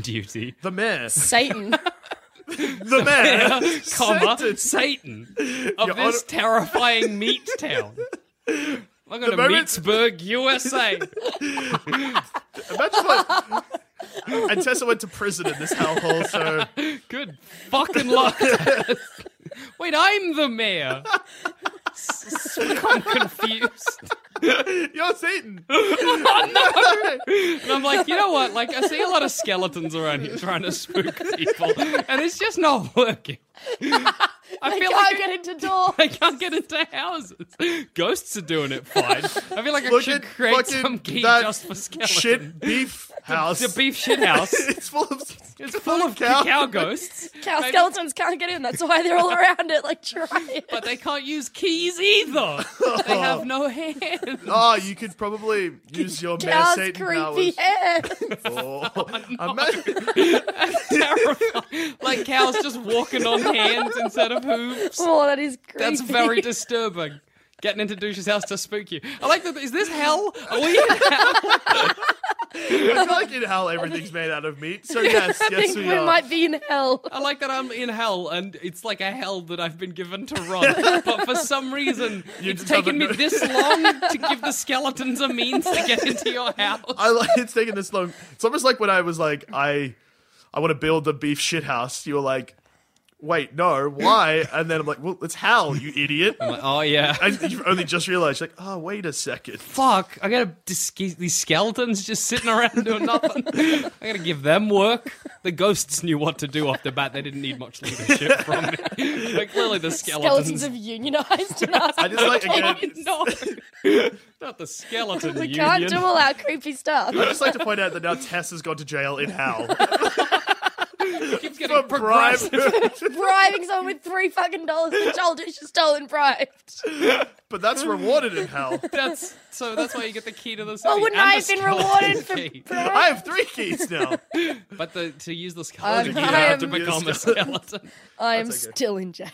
I: [laughs]
F: [laughs] duty?
B: The
F: [laughs]
B: mayor.
I: Satan. [laughs]
B: the mayor,
F: comma,
B: Satan.
F: Satan, of
B: Your
F: this
B: Honor- [laughs]
F: terrifying meat town. I'm going to
B: moment- [laughs]
F: Meatsburg, USA.
B: Imagine
F: [laughs]
B: what. and Tessa went to prison in this hellhole, so
F: [laughs] good. Fucking luck. Wait, I'm the mayor. S- [laughs] I'm confused.
B: You're Satan.
F: oh, no. And I'm like, you know what? Like, I see a lot of skeletons around here trying to spook people, and it's just not working. I
I: They
F: feel
I: can't
F: like [laughs]
I: get into doors.
F: I can't get into houses. Ghosts are doing it fine. I feel like I
B: Look
F: should
B: at
F: create
B: fucking
F: some key
B: that
F: just for skeletons.
B: shit beef house.
F: [laughs] The beef
B: [laughs]
F: shit house.
B: it's full of
F: it's full of
B: cow.
F: cow, ghosts,
I: Cow
F: Maybe-
I: skeletons can't get in. That's why they're all around it like trying.
F: [laughs]
I: [laughs]
F: but they can't use keys either. They have no hands. [laughs]
B: Ah, you could probably use your mayor
I: Cow's
B: Satan
I: creepy
B: powers.
I: hair.
F: [laughs]
B: Oh, [laughs] imagine-
F: Terrifying. Like cows just walking on hands instead of hooves.
I: [laughs] Oh, that is creepy. [laughs]
F: That's very disturbing. Getting into Douche's house to spook you. I like that. Is this hell? Are we in hell?
I: [laughs]
B: I feel like in hell everything's made out of meat. So yes,
I: I
B: yes
I: think
B: we,
I: we,
B: are.
I: might be in hell.
F: I like that I'm in hell, and it's like a hell that I've been given to run. but for some reason,
B: You
F: it's
B: just haven't
F: taken me
B: no-
F: this long to give the skeletons a means to get into [laughs] your house.
B: I like it's taken this long. It's almost like when I was like, I, I want to build the beef shit house. You were like, wait, no, why? And then I'm like, well, it's hell, you idiot.
F: I'm like, oh yeah.
B: [laughs] And you only just realized, like, oh, wait a second.
F: Fuck! I got to dis- these skeletons just sitting around doing nothing. I gotta give them work. the ghosts knew what to do off the bat. They didn't need much leadership from me. But clearly the
K: Skeletons
F: skeletons.
K: have unionized and asked.
F: I just like,
K: okay,
I: [laughs]
K: no.
F: not the skeleton
K: We
F: union.
K: can't do all our creepy stuff.
B: I'd just like to point out that now Tess has gone to jail in
I: [laughs]
B: hell.
F: keeps
B: getting bribe.
I: bribing someone with three fucking dollars that Joel Dish has stolen bribed.
B: [laughs] but that's rewarded in
I: [laughs]
B: hell.
F: That's so. That's why you get the key to the city.
I: Well, wouldn't
F: and
I: I
F: the
I: have been
F: skeleton
I: rewarded for Uh,
F: key.
B: I have three keys now.
F: [laughs] But the, to use the skeleton,
I: I
F: key, you have to
I: am-
F: become a skeleton.
I: I am still in
F: [laughs]
I: jail.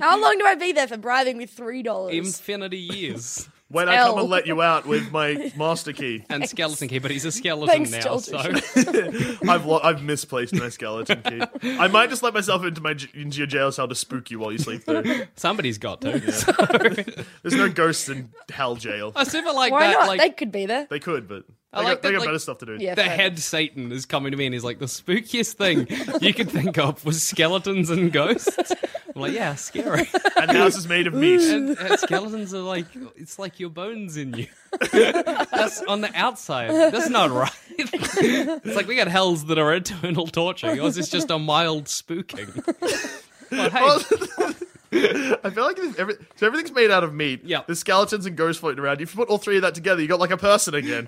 I: How long do I be there for bribing with three dollars?
F: [laughs] Infinity years.
B: When I come
I: Hell.
B: and let you out with my master key.
F: And skeleton key, but he's a skeleton
I: Thanks,
F: now, so
I: Jolter. [laughs]
B: I've lo- I've misplaced my skeleton key. I might just let myself into my j- into your jail cell to spook you while you sleep there.
F: Somebody's got to.
B: [laughs]
F: [laughs]
B: There's no ghosts in hell jail.
F: I super like
I: Why
F: that.
I: not?
F: Like
I: they could be there.
B: They could, but
F: I
B: they
F: like
B: got, they
F: that,
B: got
F: like,
B: better stuff to do.
I: Yeah,
F: the
I: fair
F: head Satan is coming to me and he's like, the spookiest thing you could think of was skeletons and ghosts. I'm like, yeah, scary.
B: And house is made of meat. [laughs]
F: And, and skeletons are like, it's like your bones in you. [laughs] That's on the outside. That's not right. [laughs] it's like we got hells that are eternal torture. Yours is just a mild spooking. But hey,
B: I feel like if every- so everything's made out of meat. Yeah. There's skeletons and ghosts floating around. If you put all three of that together, you got like a person
F: [laughs]
B: again.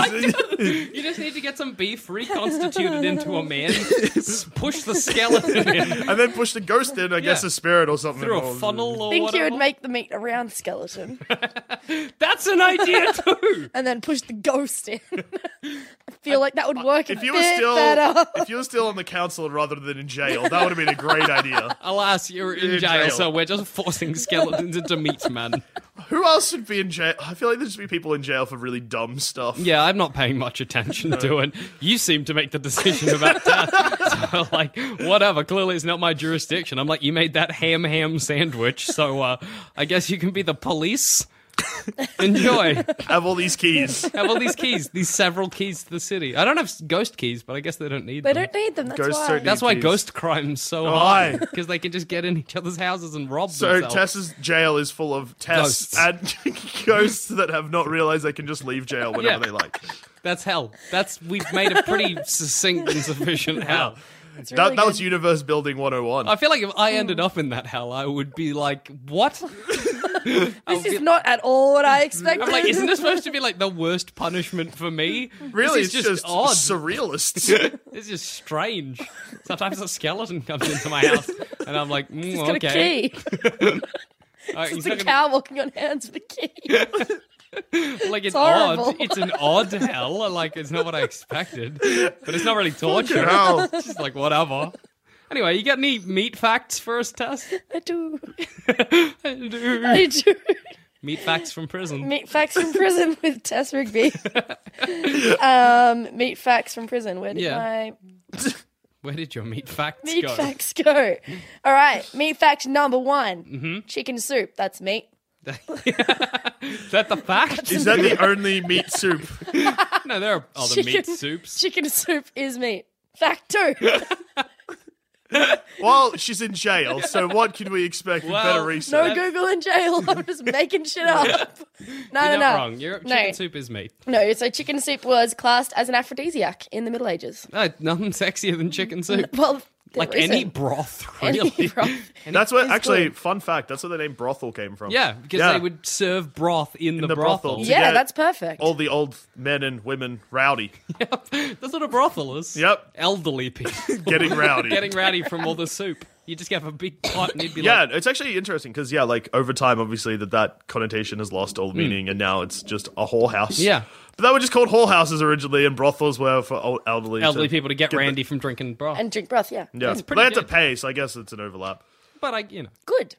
F: you just need to get some beef reconstituted into a man, s- push the skeleton
B: [laughs]
F: in
B: and then push the ghost in, I guess
F: Yeah.
B: a spirit or something.
F: through a
B: Or-
F: funnel or
I: Think you
F: whatever.
I: would make the meat a round skeleton
F: That's an idea too.
I: and then push the ghost in. [laughs] I feel like that would work
B: If
I: a
B: you were
I: bit
B: still
F: uh.
I: better.
B: if you were still on the council rather than in jail, that would have been a great idea.
F: Alas, you're in,
B: In
F: jail,
B: jail.
F: so we're just forcing skeletons into meat, man.
B: Who else should be in jail? I feel like there should be people in jail for really dumb stuff.
F: [laughs] Yeah, I'm not paying much attention to it. You seem to make the decision about [laughs] that. so, like, whatever. Clearly, it's not my jurisdiction. I'm like, you made that ham ham sandwich, so uh, I guess you can be the [laughs] police. Enjoy.
B: [laughs] Have all these
F: [laughs]
B: keys.
F: Have all these keys, these several keys to the city. I don't have s- ghost keys, but I guess they don't need
I: They
F: them.
I: don't need them. That's
B: Ghosts
I: why.
B: don't need
F: That's why
B: keys.
F: ghost crime's so
B: Oh,
F: high
B: aye.
F: because they can just get in each other's houses and rob
B: So
F: themselves.
B: Tess's jail is full of Tess
F: Ghosts.
B: and [laughs] ghosts that have not realized they can just leave jail whenever
F: Yeah.
B: they like.
F: That's hell. That's we've made a pretty succinct and sufficient hell.
B: that that was universe building 101.
F: I feel like if I ended up in that hell, I would be like, "What?"
I: This is not at all what I expected.
F: I'm like, "Isn't this supposed to be like the worst punishment for me?"
B: really,
F: this
B: it's
F: is
B: just,
F: odd. [laughs]
B: surrealists.
F: This is strange. Sometimes a skeleton comes into my house, and I'm like,
I: [laughs]
F: mm,
I: It's got
F: "Okay."
I: a key.
F: All right,
I: It's
F: he's
I: a
F: not gonna-
I: cow walking on hands with a key.
F: [laughs] like it's,
I: horrible.
F: odd. It's an odd hell. Like it's not what I expected, but it's not really torture.
B: Fucking
F: [laughs]
B: hell.
F: It's just like whatever. Anyway, you got any meat facts for us, Tess?
I: I do.
F: I do.
I: I do.
F: Meat facts from prison.
I: Meat facts from prison with Tess
F: [laughs]
I: Rigby. um, meat facts from prison. Where did
F: Yeah.
I: my
F: Where did your meat facts
I: meat
F: go?
I: facts go? All right, meat fact number one:
F: Mhm.
I: chicken soup. That's meat.
F: Is that the fact?
B: is that the only meat soup?
F: no, there are other meat
I: Chicken-
F: soups.
I: Chicken soup is meat. Fact two:
F: [laughs]
B: Well, she's in jail, so what can we expect with
F: Well,
B: better research?
I: no Google in jail. [laughs] I'm just making shit up. [laughs] No,
F: You're
I: no,
F: not
I: no.
F: wrong. Your
I: No.
F: chicken soup is meat.
I: No, so chicken soup was classed as an aphrodisiac in the Middle Ages.
F: No, nothing sexier than chicken
I: [laughs]
F: soup.
I: Well, there
F: like any
I: isn't.
F: broth,
I: [laughs] Any
F: really. [laughs]
I: broth.
B: That's where
I: It's
B: actually
I: good.
B: fun fact. That's where the name brothel came from.
F: Yeah, because they would serve broth in, the,
B: the
F: brothel.
B: brothel.
I: Yeah,
B: Yeah.
I: that's perfect.
B: all the old men and women rowdy,
F: That's what a brothel is.
B: Yep.
F: Elderly people.
B: [laughs]
F: [laughs]
B: getting rowdy.
F: Getting rowdy from all the soup. You just have a big pot and you'd be
B: yeah,
F: like,
B: it's actually interesting because yeah, like over time, obviously that that connotation has lost all meaning, and now it's just a whore house.
F: Hmm. Yeah.
B: but they were just called whore houses originally, and brothels were for old elderly
F: elderly
B: to
F: people to get,
B: the-
F: randy from drinking broth.
I: and drink broth. Yeah,
B: yeah,
F: That's
B: but
F: pretty
B: they had to
F: good.
B: pay, so I guess it's an overlap.
F: but I, you know,
I: good.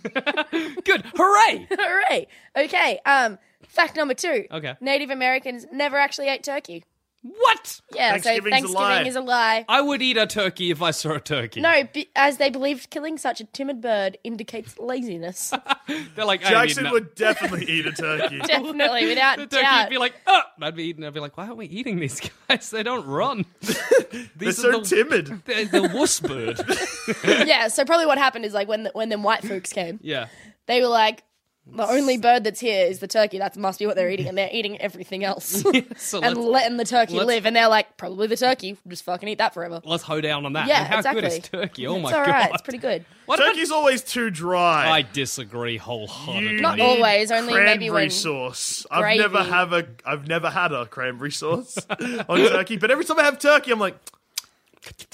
I: [laughs]
F: good. Hooray!
I: Hooray! Okay. Um, fact number two.
F: Okay.
I: Native Americans never actually ate turkey.
F: What?
I: Yeah. so
B: Thanksgiving's a
I: Thanksgiving
B: lie.
I: is a lie.
F: I [laughs] would eat a turkey if I saw a turkey.
I: No, be- as they believed killing such a timid bird indicates
F: [laughs]
I: laziness.
F: They're like, I don't eat
B: Jackson
F: no-
B: would definitely eat a
F: [laughs]
B: turkey.
I: Definitely, without
F: the turkey
I: doubt.
F: would be like, oh! And I'd be eating. I'd be like, why aren't we eating these guys? They don't run.
B: [laughs] They're
F: these
B: so
F: the,
B: timid.
F: They're the wuss bird. [laughs]
I: yeah. So probably what happened is like when the, when them white folks came,
F: yeah.
I: they were like, The only bird that's here is the turkey. That must be what they're eating, and they're eating everything
F: [laughs]
I: else
F: so
I: and
F: let's-
I: letting the turkey
F: let's-
I: live. And they're like, probably the turkey. We'll just fucking eat that forever.
F: Let's hoe down on that.
I: Yeah,
F: and how good is
I: exactly.
F: turkey? Oh
I: it's
F: my
I: all right.
F: god.
I: It's pretty good. Mm,
B: Turkey's always too dry.
F: I disagree wholeheartedly.
B: You
I: Not
B: need
I: always, only maybe
B: cranberry
I: when
B: sauce. I've
I: gravy-
B: never have a I've never had a cranberry sauce on turkey, but every time I have turkey, I'm like,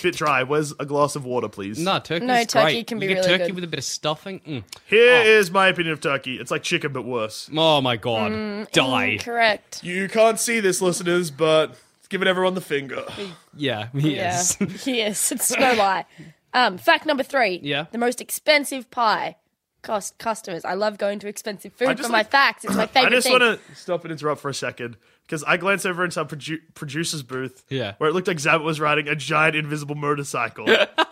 B: bit dry. Where's a glass of water, please?
F: No, turkey.
I: No,
F: is
I: turkey
F: great.
I: can
F: You
I: be
F: get
I: really
F: turkey
I: good.
F: with a bit of stuffing. Mm.
B: Here is my opinion of turkey. It's like chicken, but worse.
F: Oh my god,
I: Mm,
F: die!
I: Correct. [laughs]
B: You can't see this, listeners, but it's giving everyone the finger.
F: Yeah, he is. [laughs]
I: Yeah. yes, it's no lie. Um, fact number three.
F: Yeah.
I: The most expensive pie cost customers. I love going to expensive food for
B: just
I: my
B: like-
I: facts.
F: [coughs]
I: It's my favorite
B: I just
I: thing.
B: want to stop and interrupt for a second because I glanced over into our produ- producer's booth,
F: Yeah.
B: where it looked like Zabit was riding a giant invisible [laughs] motorcycle.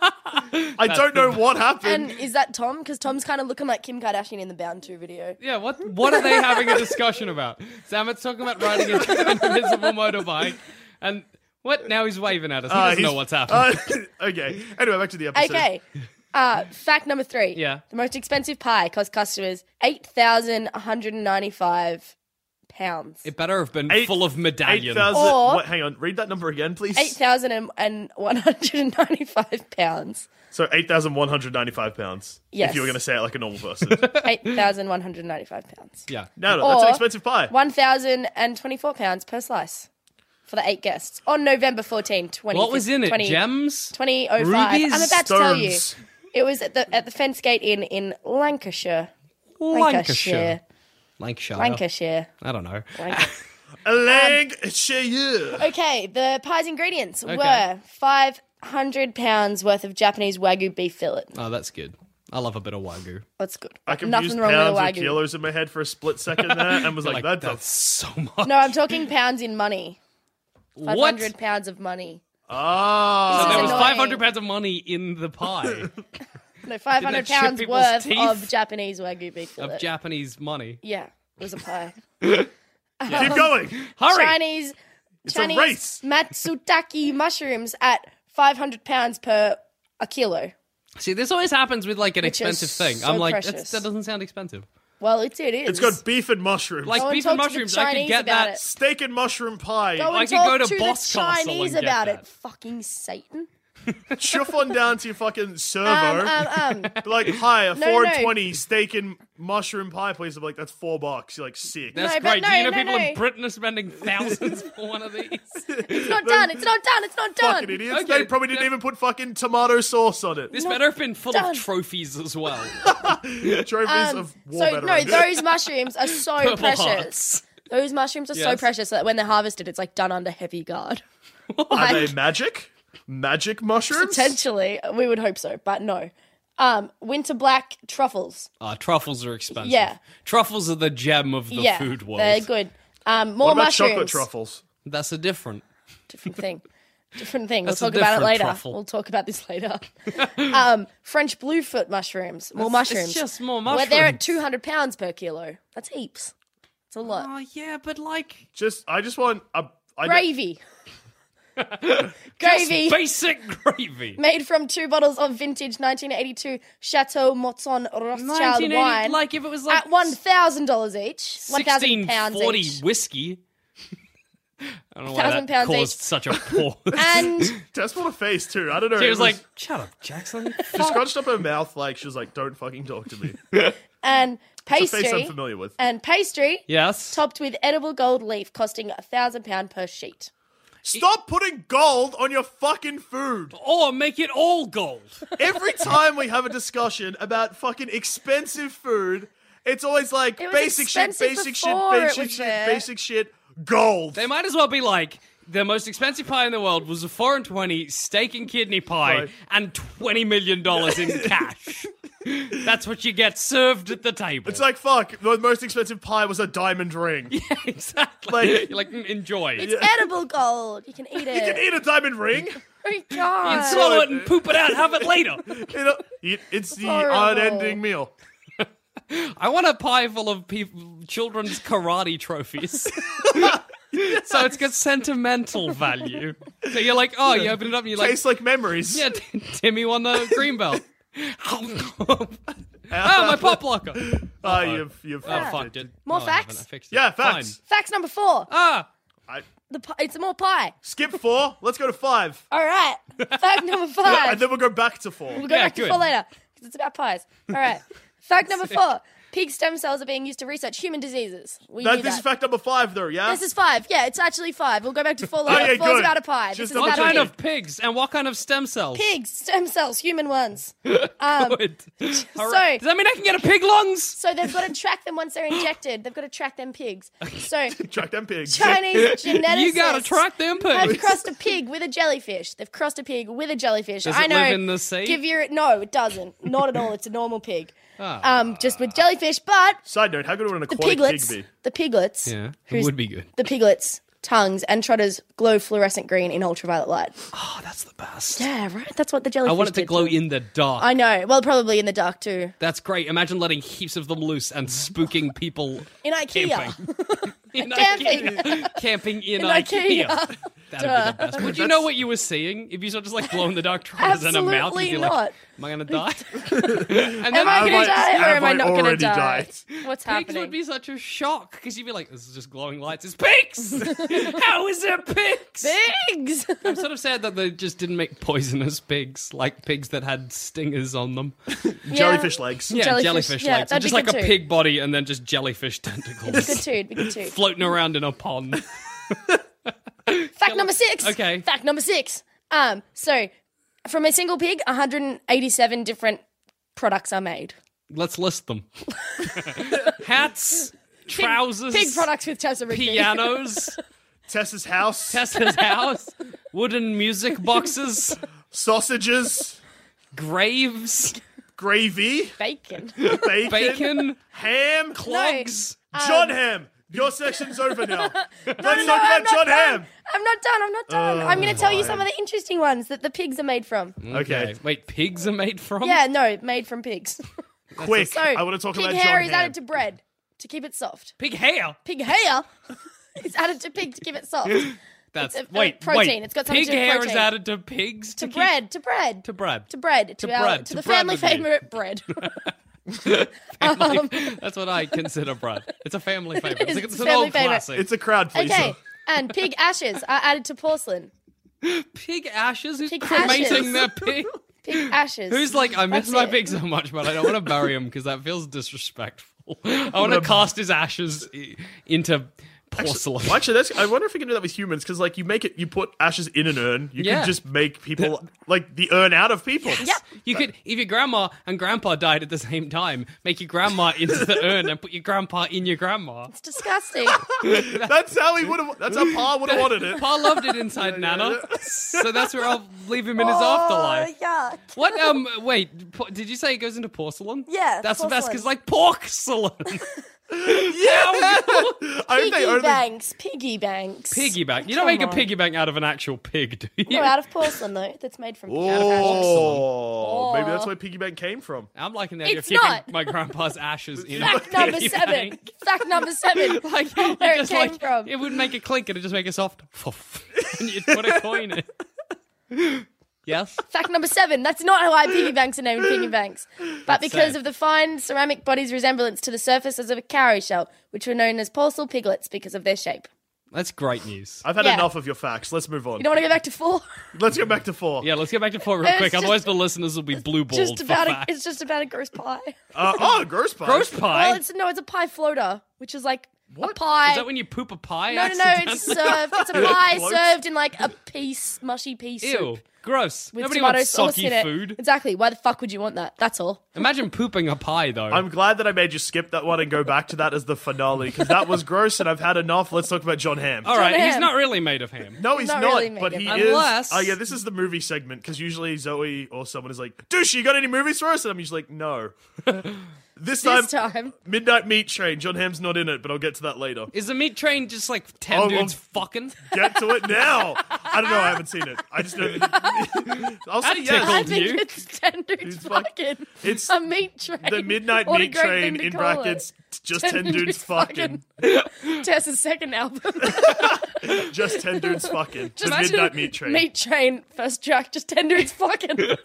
B: I don't know what happened.
I: And is that Tom? Because Tom's kind of looking like Kim Kardashian in the Bound 2 video.
F: Yeah, what What are they having a discussion about? Samet's talking about riding an [laughs] invisible motorbike, and what? Now he's waving at us. He
B: Uh,
F: doesn't know
B: he's-
F: what's happening.
B: uh, [laughs] okay. Anyway, back to the episode.
I: Okay. Uh, fact number three.
F: Yeah.
I: The most expensive pie cost customers eight thousand one hundred and ninety-five pounds.
F: it better have been full of
B: Eight
F: medallions.
B: thousand.
I: Or-
B: What, hang on. Read that number again, please.
I: Eight thousand and one hundred and ninety-five pounds.
B: So eight thousand one hundred ninety-five pounds.
I: Yes.
B: If you were going to say it like a normal
I: [laughs]
B: person.
I: Eight thousand one hundred and ninety-five pounds.
F: yeah.
B: No, no, that's
I: Or-
B: an expensive pie.
I: One thousand and twenty-four pounds per slice for the eight guests on November 14, 20,
F: What was in it?
I: 20
F: Gems?
I: 2005.
F: Rubies?
I: I'm about to tell you.
F: Stones.
I: It was at the at the Fence Gate Inn in Lancashire.
F: Lancashire. Lancashire.
I: Lancashire.
F: I don't know.
B: Lancashire.
I: Okay, the pie's ingredients
F: Okay.
I: were 500 pounds worth of Japanese wagyu beef fillet.
F: Oh, that's good. I love a bit of wagyu.
I: That's good.
B: I confused
I: Nothing wrong with
B: pounds
I: a
B: with
I: wagyu.
B: kilos in my head for a split second there, and was
F: You're
B: like,
F: like,
B: "That's,
F: that's so much."
I: No, I'm talking pounds in money.
F: What?
I: 500 pounds of money.
B: Ah,
I: This
F: So
I: is
F: there was
I: annoying.
F: 500 pounds of money in
I: [laughs]
F: the pie
I: No,
F: Didn't
I: 500
F: that chip
I: pounds
F: people's
I: worth
F: teeth?
I: of Japanese wagyu beef fillet.
F: of Japanese money.
I: yeah, it was a pie.
B: Keep going.
F: [laughs] Hurry.
I: Chinese,
B: It's a
I: Chinese
B: race.
I: matsutake mushrooms at 500 pounds per a kilo.
F: See, this always happens with like an
I: Which is
F: expensive thing.
I: so
F: I'm like,
I: precious.
F: that's, that doesn't sound expensive.
I: Well, it's it is.
B: it's got beef and mushrooms,
F: Like
I: Go and
F: beef and
I: talk to the
F: mushrooms, I could
I: Chinese
F: get
I: about
F: that.
I: it.
B: steak and mushroom pie.
I: Go and
F: I could
I: talk
F: go to
I: to
F: Boss
I: the
F: Castle
I: Chinese
F: and get
I: about
F: that.
I: it. Fucking Satan.
B: Chuff on down to your fucking servo.
I: Um, um,
F: [laughs]
I: um.
B: Be like, hi, a
I: No, no,
B: four
I: no.
B: twenty steak and mushroom pie, please. I'm like, that's four bucks. You're like, sick.
F: That's
I: No, but
F: great. Do you
I: no,
F: know
I: no,
F: people in
I: no.
F: Britain are
I: [laughs]
F: spending thousands for one of these?
I: It's not done. It's not done. It's not done.
B: fucking idiots.
F: Okay,
B: They probably didn't even put fucking tomato sauce on it.
F: This better have been full
I: done.
F: of trophies as well.
B: Trophies
I: Um,
B: of war
I: so no,
B: veterans.
I: those mushrooms are so
F: [laughs] Purple
I: precious.
F: hearts.
I: Those mushrooms are so
F: Yes.
I: precious that when they're harvested, it's like done under heavy guard. [laughs]
B: Are
I: like-
B: they magic? Magic mushrooms?
I: Potentially, we would hope so, but no. Um, winter black truffles.
F: Ah, truffles are expensive.
I: Yeah.
F: Truffles are the gem of the
I: yeah,
F: food world.
I: they're good. Um, more
B: What about
I: mushrooms.
B: chocolate truffles?
F: That's a different.
I: Different
F: [laughs]
I: thing. Different thing. We'll
F: That's a
I: talk about it
F: different
I: later.
F: truffle.
I: We'll talk about this
F: [laughs]
I: later. um, French bluefoot mushrooms. More
F: That's- it's
I: mushrooms.
F: just more
I: Where they're at
F: mushrooms.
I: two hundred pounds per kilo. That's heaps. It's a lot.
F: Oh, yeah, but like
B: Just, I just want a. I don't-
I: gravy.
F: [laughs]
I: gravy
F: basic
I: [laughs]
F: gravy.
I: made from two bottles of vintage 1982 Chateau Motton Rothschild
F: 1980
I: wine.
F: Like if it was like
I: at one thousand dollars each, one thousand pounds
F: 1640
I: each,
F: whiskey. [laughs] I don't know why
I: Thousand
F: that
I: pounds
F: caused
I: each.
F: such
I: [laughs]
F: a pause.
I: [laughs] and
B: Tess put a face too. I don't know.
F: she
B: it
F: was like, "Shut up, Jackson."
B: She scrunched up her mouth like she was like, "Don't fucking talk to
I: [laughs]
B: me."
I: and
B: It's a face I'm
I: pastry
B: familiar with.
I: and pastry
F: yes.
I: topped with edible gold leaf, costing a thousand pound per sheet.
B: Stop putting gold on your fucking food.
F: Or make it all gold.
B: Every time we have a discussion about fucking expensive food, it's always like
I: It was
B: basic shit,
I: expensive
B: basic shit,
I: before it
B: basic
I: was
B: shit,
I: there.
B: basic shit, gold.
F: They might as well be like the most expensive pie in the world was a four and twenty steak and kidney pie
B: Right.
F: and twenty million
B: [laughs]
F: dollars in cash. That's what you get served at the table.
B: It's like fuck. The most expensive pie was a diamond ring.
F: exactly.
B: like-
F: You're [laughs] like "Mm, enjoy.
I: It's edible gold. You can eat it.
B: [laughs] You can eat a diamond
F: [laughs]
B: ring.
I: [laughs] Oh my
F: You
I: God.
F: can swallow it and poop it out. Have it later.
B: You know, it- it's the
I: Horrible.
B: unending meal.
F: I want a pie full of people, children's karate
B: [laughs]
F: trophies. So it's got sentimental value. So you're like, oh, you open it [laughs] up and you're like,
B: Tastes like memories. [laughs]
F: [laughs] yeah, Timmy won the green belt. oh, my pop locker.
B: Oh, Ah, you've you've
F: oh,
B: fucked
F: fucked
B: it.
F: it.
I: More
F: No, I haven't.
I: facts?
F: I fixed it.
B: Yeah, facts.
F: Fine.
I: Facts number four.
F: Ah.
B: I
I: The pi- it's more pie.
B: skip four. Let's go to five.
I: All
F: [laughs]
I: right. Fact
B: Yeah,
I: number five.
B: and then we'll go back to four.
I: We'll go back to four later because it's about
F: [laughs]
I: pies. All right. Fact number four: pig stem cells are being used to research human diseases. We
B: That,
I: knew
B: this
I: that.
B: is fact number five, though. Yeah.
I: This is five. Yeah, it's actually five. We'll go back to
F: Oh,
I: four later.
B: Okay,
I: Four's
B: good.
I: about a pie. this is
F: what
I: about a
F: kind
I: pig.
F: of pigs and what kind of stem cells?
I: pigs, stem cells, human ones.
F: [laughs]
I: [laughs]
F: Good. All
I: So
F: right. Does that mean I can get a pig lungs?
I: So they've got to track them once they're injected. They've got to track them pigs.
F: [laughs]
I: So
B: track them pigs.
I: Chinese genetics.
F: You gotta track them
I: They've
F: pigs.
I: crossed a pig with a jellyfish. They've crossed a pig with a jellyfish.
F: Does
I: I
F: it
I: know.
F: live in the sea?
I: Give your no, it doesn't. Not at all. It's a normal pig.
F: [laughs] Ah.
I: Um, just with jellyfish, but
B: Side note: How good would an
I: the
B: aquatic
I: piglets,
B: pig be?
I: the piglets,
F: Yeah, it
I: who's-
F: would be good.
I: the piglets' tongues and trotters glow fluorescent green in ultraviolet light.
F: Oh, that's the best.
I: Yeah, right. That's what the jellyfish.
F: I want it to
I: did
F: glow in the dark.
I: I know. Well, probably in the dark too.
F: That's great. Imagine letting heaps of them loose and
I: [laughs]
F: spooking people
I: In IKEA.
F: camping. in
I: Camping.
F: IKEA. [laughs] camping in,
I: In
F: IKEA.
I: IKEA.
F: [laughs] That'd be the
I: Duh.
F: best. Would you know what you were seeing if you saw just like glow in the dark trotters and a mouth? You'd
I: Absolutely
F: be
I: not.
F: like, am I
I: [laughs]
F: gonna die? [laughs] and
I: Am I
F: pigs-
I: gonna die or am I
B: have
I: not
B: I
I: gonna
B: already
I: die?
B: died?
I: What's
F: Pigs
I: happening?
F: would be such a shock because you'd be like, "This is just glowing lights.
I: [laughs]
F: It's pigs! How is it pigs?"
I: Pigs.
F: I'm sort of sad that they just didn't make poisonous pigs, like pigs that had stingers on them.
B: Jellyfish legs.
F: Yeah,
I: Jellyfish,
F: jellyfish,
I: yeah,
F: legs.
I: that'd
F: just
I: be
F: like
I: good
F: a
I: too.
F: pig body and then just jellyfish
I: It'd [laughs]
F: tentacles.
I: be good too. It'd be good too.
F: Floating around in a pond.
I: Fact number six.
F: Okay.
I: Fact number six. Um, so from a single pig, 187 different products are made.
F: Let's
I: [laughs]
F: list them. Hats, trousers,
I: Pig products with Tessa Rigby.
F: pianos,
B: Tessa's house.
F: Tessa's house, wooden music boxes,
I: [laughs]
B: Sausages.
F: graves,
B: Gravy.
I: [laughs] Bacon. Um,
B: Bacon.
F: bacon,
B: Ham.
F: clogs.
B: John Ham. Your section's over
I: [laughs]
B: now. Let's talk
I: no, I'm
B: about
I: not
B: John
I: done.
B: Ham.
I: I'm not done. I'm not done.
F: Oh
I: I'm going to tell you some of the interesting ones that the pigs are made from.
F: Mm-hmm.
B: Okay.
F: Wait, pigs are made from?
I: Yeah, no, made from pigs. [laughs]
B: Quick.
I: So
B: I want to talk
I: pig
B: about
I: hair
B: John
I: is
B: Ham.
I: added to bread to keep it soft.
F: Pig hair.
I: Pig hair [laughs] is added to pig to give it
F: [laughs]
I: soft.
F: That's
I: It's a- a
F: wait,
I: protein.
F: wait.
I: It's got something
F: pig
I: to do with
F: hair is
I: protein.
F: added to pigs
I: to
F: keep-
I: bread, to bread,
F: to
I: [laughs]
F: bread. [laughs]
I: to bread, to,
F: To
I: our,
F: bread,
I: to
F: to
I: the
F: bread
I: family
F: with me.
I: favorite
F: [laughs]
I: bread. Um,
F: Family- That's what I consider bread. It's a family favorite. It's,
I: is,
F: like-
I: [laughs] it's
F: it's
I: a
F: an
I: family
F: old
I: favorite.
F: classic.
B: It's a crowd pleaser.
I: okay, and pig ashes are added to porcelain.
F: pig ashes. Who's
I: Pig
F: cremating
I: ashes.
F: [laughs] their pig? [laughs]
I: Pig ashes.
F: Who's like, I miss
I: That's
F: my
I: it.
F: pig so much, but I don't want to bury him because that feels disrespectful. [laughs] I want to cast his ashes i- into porcelain.
B: Well, actually, that's, I wonder if we can do that with humans because, like, you make it, you put ashes in an urn. You
F: Yeah.
B: can just make people like the urn out of people.
F: [laughs] You could, if your grandma and grandpa died at the same time, make your grandma into the urn and put your grandpa in your grandma.
I: It's
F: [laughs]
I: disgusting.
B: That's how he would have. That's how Pa would have wanted
I: [laughs]
B: it.
F: Pa loved it inside Nana, so that's where I'll leave him in his afterlife.
I: Oh, yeah.
F: What? Um. Wait. Po- did you say it goes into porcelain?
I: Yeah,
F: That's the best
I: porcelain.
F: because like porcelain. [laughs]
B: Yeah. I hope
I: Piggy
B: they only.
I: banks. Piggy banks.
F: piggy bank. You don't
I: Come
F: make
I: on.
F: a piggy bank out of an actual pig, do you?
I: No, out of porcelain though. That's made from.
B: Oh, maybe that's where piggy bank came from.
F: I'm liking the idea
I: It's
F: of keeping
I: not.
F: my grandpa's ashes in
I: [laughs]
F: a
I: Fact
F: [laughs]
I: number
F: piggy
I: seven.
F: bank.
I: Fact number seven.
F: [laughs] Like, you
I: where it
F: just,
I: came
F: like,
I: from.
F: It would make a clink and it'd just make a soft. [laughs] and you'd put a coin in. [gasps] Yes?
I: Fact number seven. That's not why piggy banks are named piggy banks, but because
F: sad.
I: of the fine ceramic body's resemblance to the surfaces of a cowrie shell, which were known as porcel piglets because of their shape.
F: That's great news.
B: I've had
I: Yeah.
B: enough of your facts. Let's move on.
I: You don't want to go back to [laughs] four.
B: Let's go back to four.
F: Yeah, let's get back to four real
I: It's
F: quick.
I: just-
F: Otherwise, the listeners will be blue balled.
I: just about a, it's just about a gross pie.
B: Uh, oh, gross pie.
F: Gross pie?
I: Well, it's no, it's a pie floater, which is like a pie.
F: Is that when you poop a pie?
I: no, no, no, it's
F: accidentally?
I: served.
F: [laughs]
I: It's a pie
B: Floats?
I: served in like a piece, mushy pea
F: Ew,
I: soup
F: gross.
I: with
F: Nobody
I: tomato
F: wants
I: sauce
F: soggy
I: in it.
F: food.
I: Exactly. Why the fuck would you want that? That's all.
F: Imagine pooping a pie though.
B: I'm glad that I made you skip that one and go back to that as the finale because that was gross and I've had enough. Let's talk about John Ham.
F: All right,
I: John
F: he's
I: Ham.
F: not really made of ham.
B: No, he's
I: Not
B: not,
I: really made
B: but
I: of
B: he
F: it.
B: is.
F: Unless-
B: Oh, yeah, this is the movie segment because usually Zoe or someone is like, Douche, you got any movies for us? And I'm usually like,
F: [laughs]
B: no. this, time,
I: This time,
B: Midnight Meat Train. John Ham's not in it, but I'll get to that later.
F: Is the meat train just like ten
B: Oh,
F: dudes
B: well-
F: fucking?
B: Get to it now. I don't know. I haven't seen it. I just know. [laughs] I'll say
F: That
I: I
B: yes.
F: tickled.
I: think
F: you.
I: it's ten dudes
B: It's fuck-
I: fucking.
B: It's
I: a meat train.
B: The Midnight
I: What a
B: Meat
I: great thing
B: Train
I: to
B: in
I: call it.
B: brackets. Just ten dudes fucking.
I: fucking. Tessa's second album.
B: Just ten dudes fucking.
I: Just
B: the midnight meat train.
I: Meat train, first track, just ten dudes
F: [laughs]
I: fucking.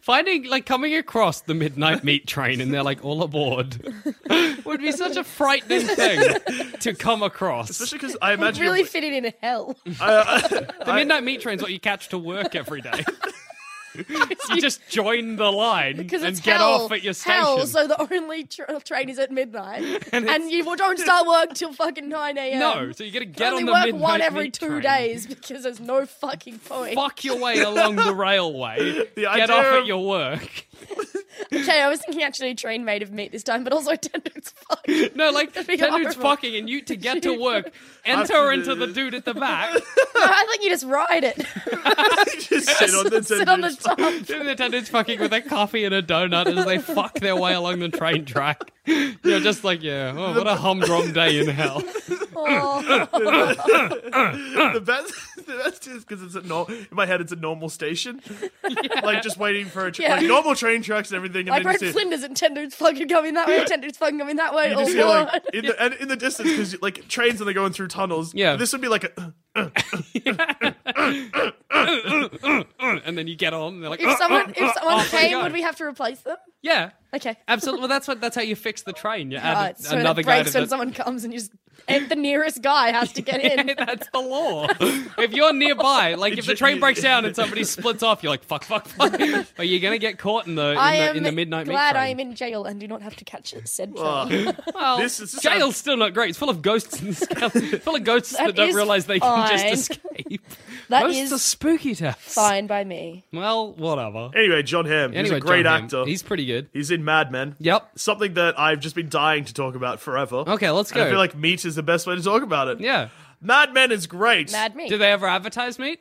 F: Finding, like, coming across
B: [laughs]
F: the midnight meat train and they're like all aboard [laughs] would be such a frightening thing to come across.
B: Especially because I
I: Would
B: imagine.
I: really fitting in hell.
F: the midnight meat train's what you catch to work every
I: [laughs]
F: day. you just join the line and
I: Because it's
F: get
I: hell,
F: off at your station.
I: hell, so the only tra- train is at midnight,
F: [laughs]
I: and,
F: And it's-
I: you don't start work till fucking nine a.m.
F: No, so you gotta get
I: only
F: on the
I: work
F: midnight
I: one every
F: meat
I: two
F: train.
I: days because there's no fucking point.
F: Fuck your way along
I: [laughs]
F: the railway. get
B: idea
F: off at
B: of-
F: your work.
I: Okay, I was thinking actually a train made of meat this time, but also tendons.
F: No, like
I: That'd be
F: that dude's
I: horrible.
F: fucking, and you to
I: [laughs]
F: get to work, enter into the dude at the back. [laughs]
I: No, I think you just ride it.
B: just [laughs] sit on the
I: [laughs] Sit on the top.
F: And the dude's fucking with a coffee and a donut as they fuck their way along the train track. [laughs] You're just like, yeah, oh, what a humdrum day in hell. [laughs]
I: Oh.
B: the best, [laughs] the best is because it's a no. In my head, it's a normal station, like just waiting for a tra-
I: Yeah.
B: like normal train tracks and everything. And
I: Like
B: then
I: Red
B: you see,
I: Flinders and tendons fucking coming that way, tendons fucking coming that way.
B: you
I: Oh,
B: just hear, like,
I: Lord.
B: in the and in the distance because like trains and they're going through tunnels.
F: Yeah.
B: this would be like a
F: and then you get on, and
I: [laughs]
F: they're like,
I: if
F: [laughs]
I: someone
F: Oh,
I: if someone
F: off they
I: came,
F: go.
I: would we have to replace them?
F: Yeah.
I: Okay.
F: Absolutely. Well, that's what. That's how you fix the train. You
I: Oh,
F: add
I: it's when
F: another
I: it
F: guy
I: breaks
F: to
I: when
F: the.
I: someone comes and you just and the nearest guy has to
F: [laughs]
I: get [laughs] in.
F: that's the law. [laughs] if you're nearby, like if the train breaks down and somebody splits off, you're like, fuck, fuck, fuck. Are you gonna get caught in the in,
I: I
F: the,
I: am
F: in the midnight meat
I: glad
F: train?
I: I am in jail and do not have to catch it said train.
F: Oh. well,
I: This
B: uh, is
F: jail's still not great. It's full of ghosts and skeletons. full of ghosts that,
I: That
F: don't
I: is
F: realize they can
I: fine.
F: just escape.
I: That
F: Ghosts
I: is
F: are spooky to us.
I: Fine by me.
F: Well, whatever.
B: Anyway, John Hamm. he's
F: Anyway,
B: a great
F: John Hamm.
B: actor.
F: He's pretty good.
B: He's in Mad Men.
F: Yep.
B: Something that I've just been dying to talk about forever.
F: Okay, let's
B: And I
F: go.
B: feel like meat is the best way to talk about it.
F: Yeah.
B: Mad Men is great.
I: Mad meat.
F: Do they ever advertise meat?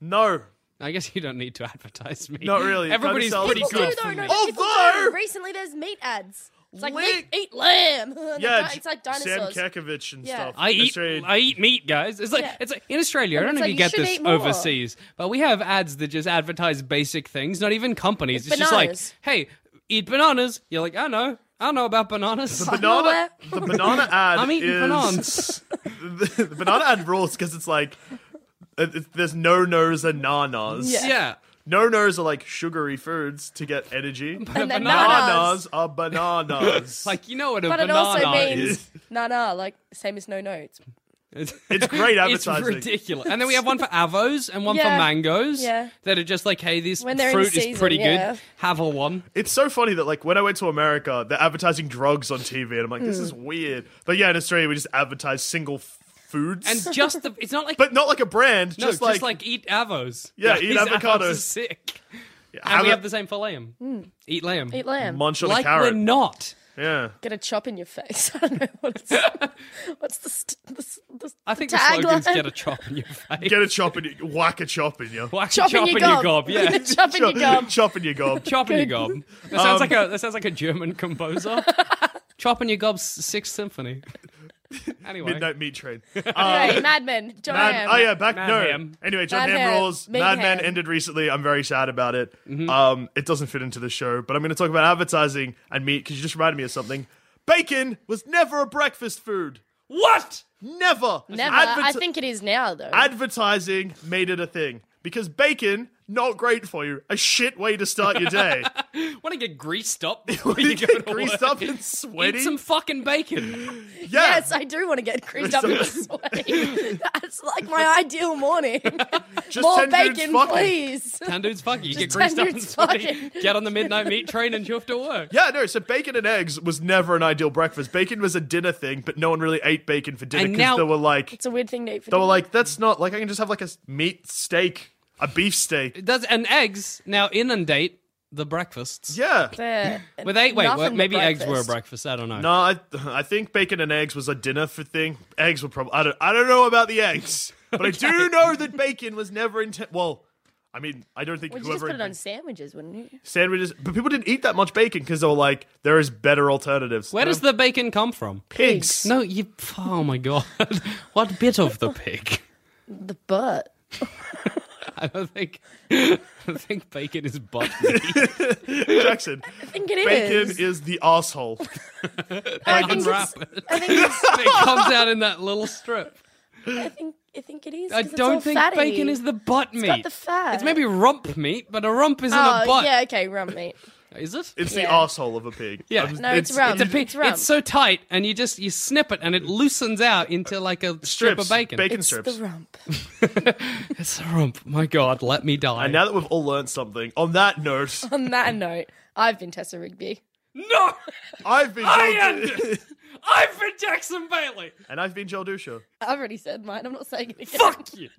B: No.
F: I guess you don't need to advertise meat.
B: Not really.
F: Everybody's
B: Trying to sell
F: pretty
B: it.
F: good.
B: People do,
F: for
B: though,
F: meat.
B: no.
I: People
B: Although-
I: do. Recently, there's meat ads. It's like meat, eat lamb. [laughs] They're
B: Yeah,
I: di- it's like dinosaurs.
B: Sam Kekovich and
I: Yeah.
B: stuff.
F: I eat,
B: Australian-
F: I eat meat, guys. It's like
I: Yeah.
F: it's like in Australia.
I: And
F: I don't
I: it's
F: know
I: like, you
F: if you get
I: should
F: this
I: eat more.
F: overseas, but we have ads that just advertise basic things, not even companies. It's,
I: It's
F: just like,
I: bananas.
F: hey, eat bananas. You're like, I know, I know about
I: [laughs]
F: bananas.
B: The banana, the
F: [laughs]
B: banana ad
F: I'm eating
B: is,
F: bananas.
B: [laughs] the, the banana ad rules because it's like uh, it- there's no nos and nanas.
F: Yeah. Yeah.
B: No nos are like sugary foods to get energy.
I: And then
B: bananas are bananas.
F: [laughs] like you know what a
I: But it
F: banana
I: also
F: is.
I: means [laughs] nah, nah, like same as no notes.
B: It's [laughs] great advertising.
F: [laughs] It's ridiculous. And then we have one for avos and one
I: Yeah.
F: for mangoes.
I: Yeah.
F: That are just like, hey, this
I: When they're in
F: fruit
I: season,
F: is pretty
I: yeah.
F: good. Have a one.
B: It's so funny that like when I went to America, they're advertising drugs on TV, and I'm like, this
F: Hmm.
B: is weird. But yeah, in Australia, we just advertise single f- foods
I: [laughs]
F: And just the it's not like
B: [laughs] but not like a brand.
F: no,
B: just like,
F: eat avos. [laughs]
B: Yeah, eat
F: these
B: avocados.
F: is sick.
B: have
F: and we
B: a-
F: have the same for lamb. Eat lamb.
I: Hmm. Eat lamb.
B: munch on
F: like
B: a carrot.
F: we're not.
B: Yeah.
I: Get a chop in your face. [laughs] I don't know what
F: [laughs]
I: it's, what's the, st- the, s- the s-
F: I think the,
I: the
F: slogan's
I: tagline? [laughs]
F: get a chop in your face. [laughs]
B: Get a chop in you, whack a chop in you.
F: Whack
I: Chop
F: a
I: in
F: chop
I: your
F: in your
I: gob.
F: gob.
I: [laughs]
F: Yeah.
I: Chop in your gob.
B: Chop in your gob.
F: [laughs] chop in your gob.
B: Um,
F: That sounds like a that sounds like a German
I: [laughs]
F: composer. chop in your gob's sixth symphony. [laughs] anyway.
B: Midnight Meat
I: [laughs]
B: Train. Uh,
I: Anyway, Mad Men. John
B: Mad,
I: Hamm.
B: oh yeah, back
F: Mad
B: no.
F: Ham.
B: Anyway, John
I: Mad
B: Ham,
I: Ham,
B: rules.
I: Meat
B: Mad Men
I: Ham.
B: ended recently. I'm very sad about it.
F: Mm-hmm.
B: Um, it doesn't fit into the show, but I'm going to talk about advertising and meat because you just reminded me of something. Bacon was never a breakfast food.
F: What?
B: Never.
I: Never. I
B: Adverti-
I: think it is now though.
B: advertising made it a thing because bacon not great for you. A shit way to start your
I: [laughs]
B: day.
F: Want to get
B: [laughs]
F: greased up before you go to
B: Greased
F: work?
B: up and sweaty.
F: Eat some fucking bacon.
B: yeah.
I: Yes, I do want to get creased up and
B: [laughs]
I: sweaty. [laughs] That's like my ideal morning. [laughs] More
F: 10 dudes
I: bacon,
F: fucking.
I: please.
F: Tan dudes fucking. You get
I: Just
F: greased
I: tan
F: up and
I: dudes
F: sweaty.
I: fucking.
F: Get on the midnight meat train and you have to work.
B: Yeah, no, so bacon and eggs was never an ideal breakfast. Bacon was a dinner thing, but no one really ate bacon for dinner
F: And
B: because
F: now-
B: they were like,
I: It's a weird thing to eat for
B: they were
I: dinner.
B: like, that's not, like, I can just have like a s- meat steak, a beef steak.
F: Does and eggs now inundate the breakfast?
B: Yeah.
I: They're
F: With eight, wait,
I: nothing
F: what,
I: but
F: maybe eggs were a
I: breakfast.
F: breakfast. I don't know.
B: No, I, I think bacon and eggs was a dinner for thing. Eggs were probably, I don't, I don't know about the eggs, but I do know that bacon was never intent. Well, I mean, I don't think
I: Would you just
B: whoever
I: put it
B: inven-
I: on sandwiches, wouldn't you?
B: sandwiches, but people didn't eat that much bacon because they were like, there is better alternatives.
F: Where
I: Um,
F: does the bacon come from?
B: Pigs.
F: No, you. Oh my god! [laughs] what bit of the pig? [laughs]
I: The butt.
F: I don't think. I think bacon is butt meat.
I: [laughs]
B: Jackson?
I: I think [laughs] it is.
B: Bacon is. the asshole.
I: I think it's-
B: [laughs]
F: Unwrap it. it comes out in that little strip.
I: I think I think it is.
F: I
I: 'cause it's all
F: don't think
I: fatty.
F: bacon is the butt
I: It's
F: meat.
I: got the fat.
F: It's maybe rump meat, but a rump isn't
I: oh,
F: a butt.
I: yeah, okay, rump meat.
F: Is it?
B: It's the
I: Yeah.
B: asshole of a pig.
F: Yeah,
B: I'm-
I: No, it's rump.
F: It's, a pe-
I: It's rump.
F: it's so tight, and you just you snip it, and it loosens out into like a strip
B: Strips.
F: of bacon.
B: Bacon
I: It's
B: strips.
I: the rump.
F: It's a rump. My God, let me die.
B: And now that we've all learned something, on that note,
I: [laughs] On that note, I've been Tessa Rigby.
F: no, [laughs]
B: I've been
F: I
B: Joel
F: am. I'm for Jackson Bailey.
B: [laughs] and I've been Joel Dusha.
I: [laughs] I've already said mine. I'm not saying it again.
F: Fuck you.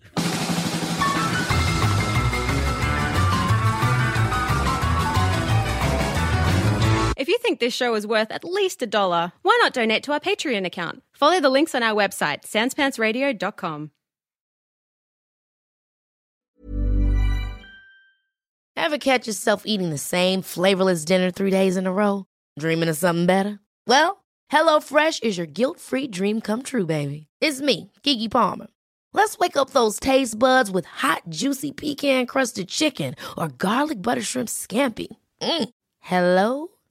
L: If you think this show is worth at least a dollar, why not donate to our Patreon account? Follow the links on our website, sanspantsradio.com.
E: Ever catch yourself eating the same flavorless dinner three days in a row? Dreaming of something better? Well, HelloFresh is your guilt free dream come true, baby. It's me, Gigi Palmer. Let's wake up those taste buds with hot, juicy pecan crusted chicken or garlic butter shrimp scampi. Mm. Hello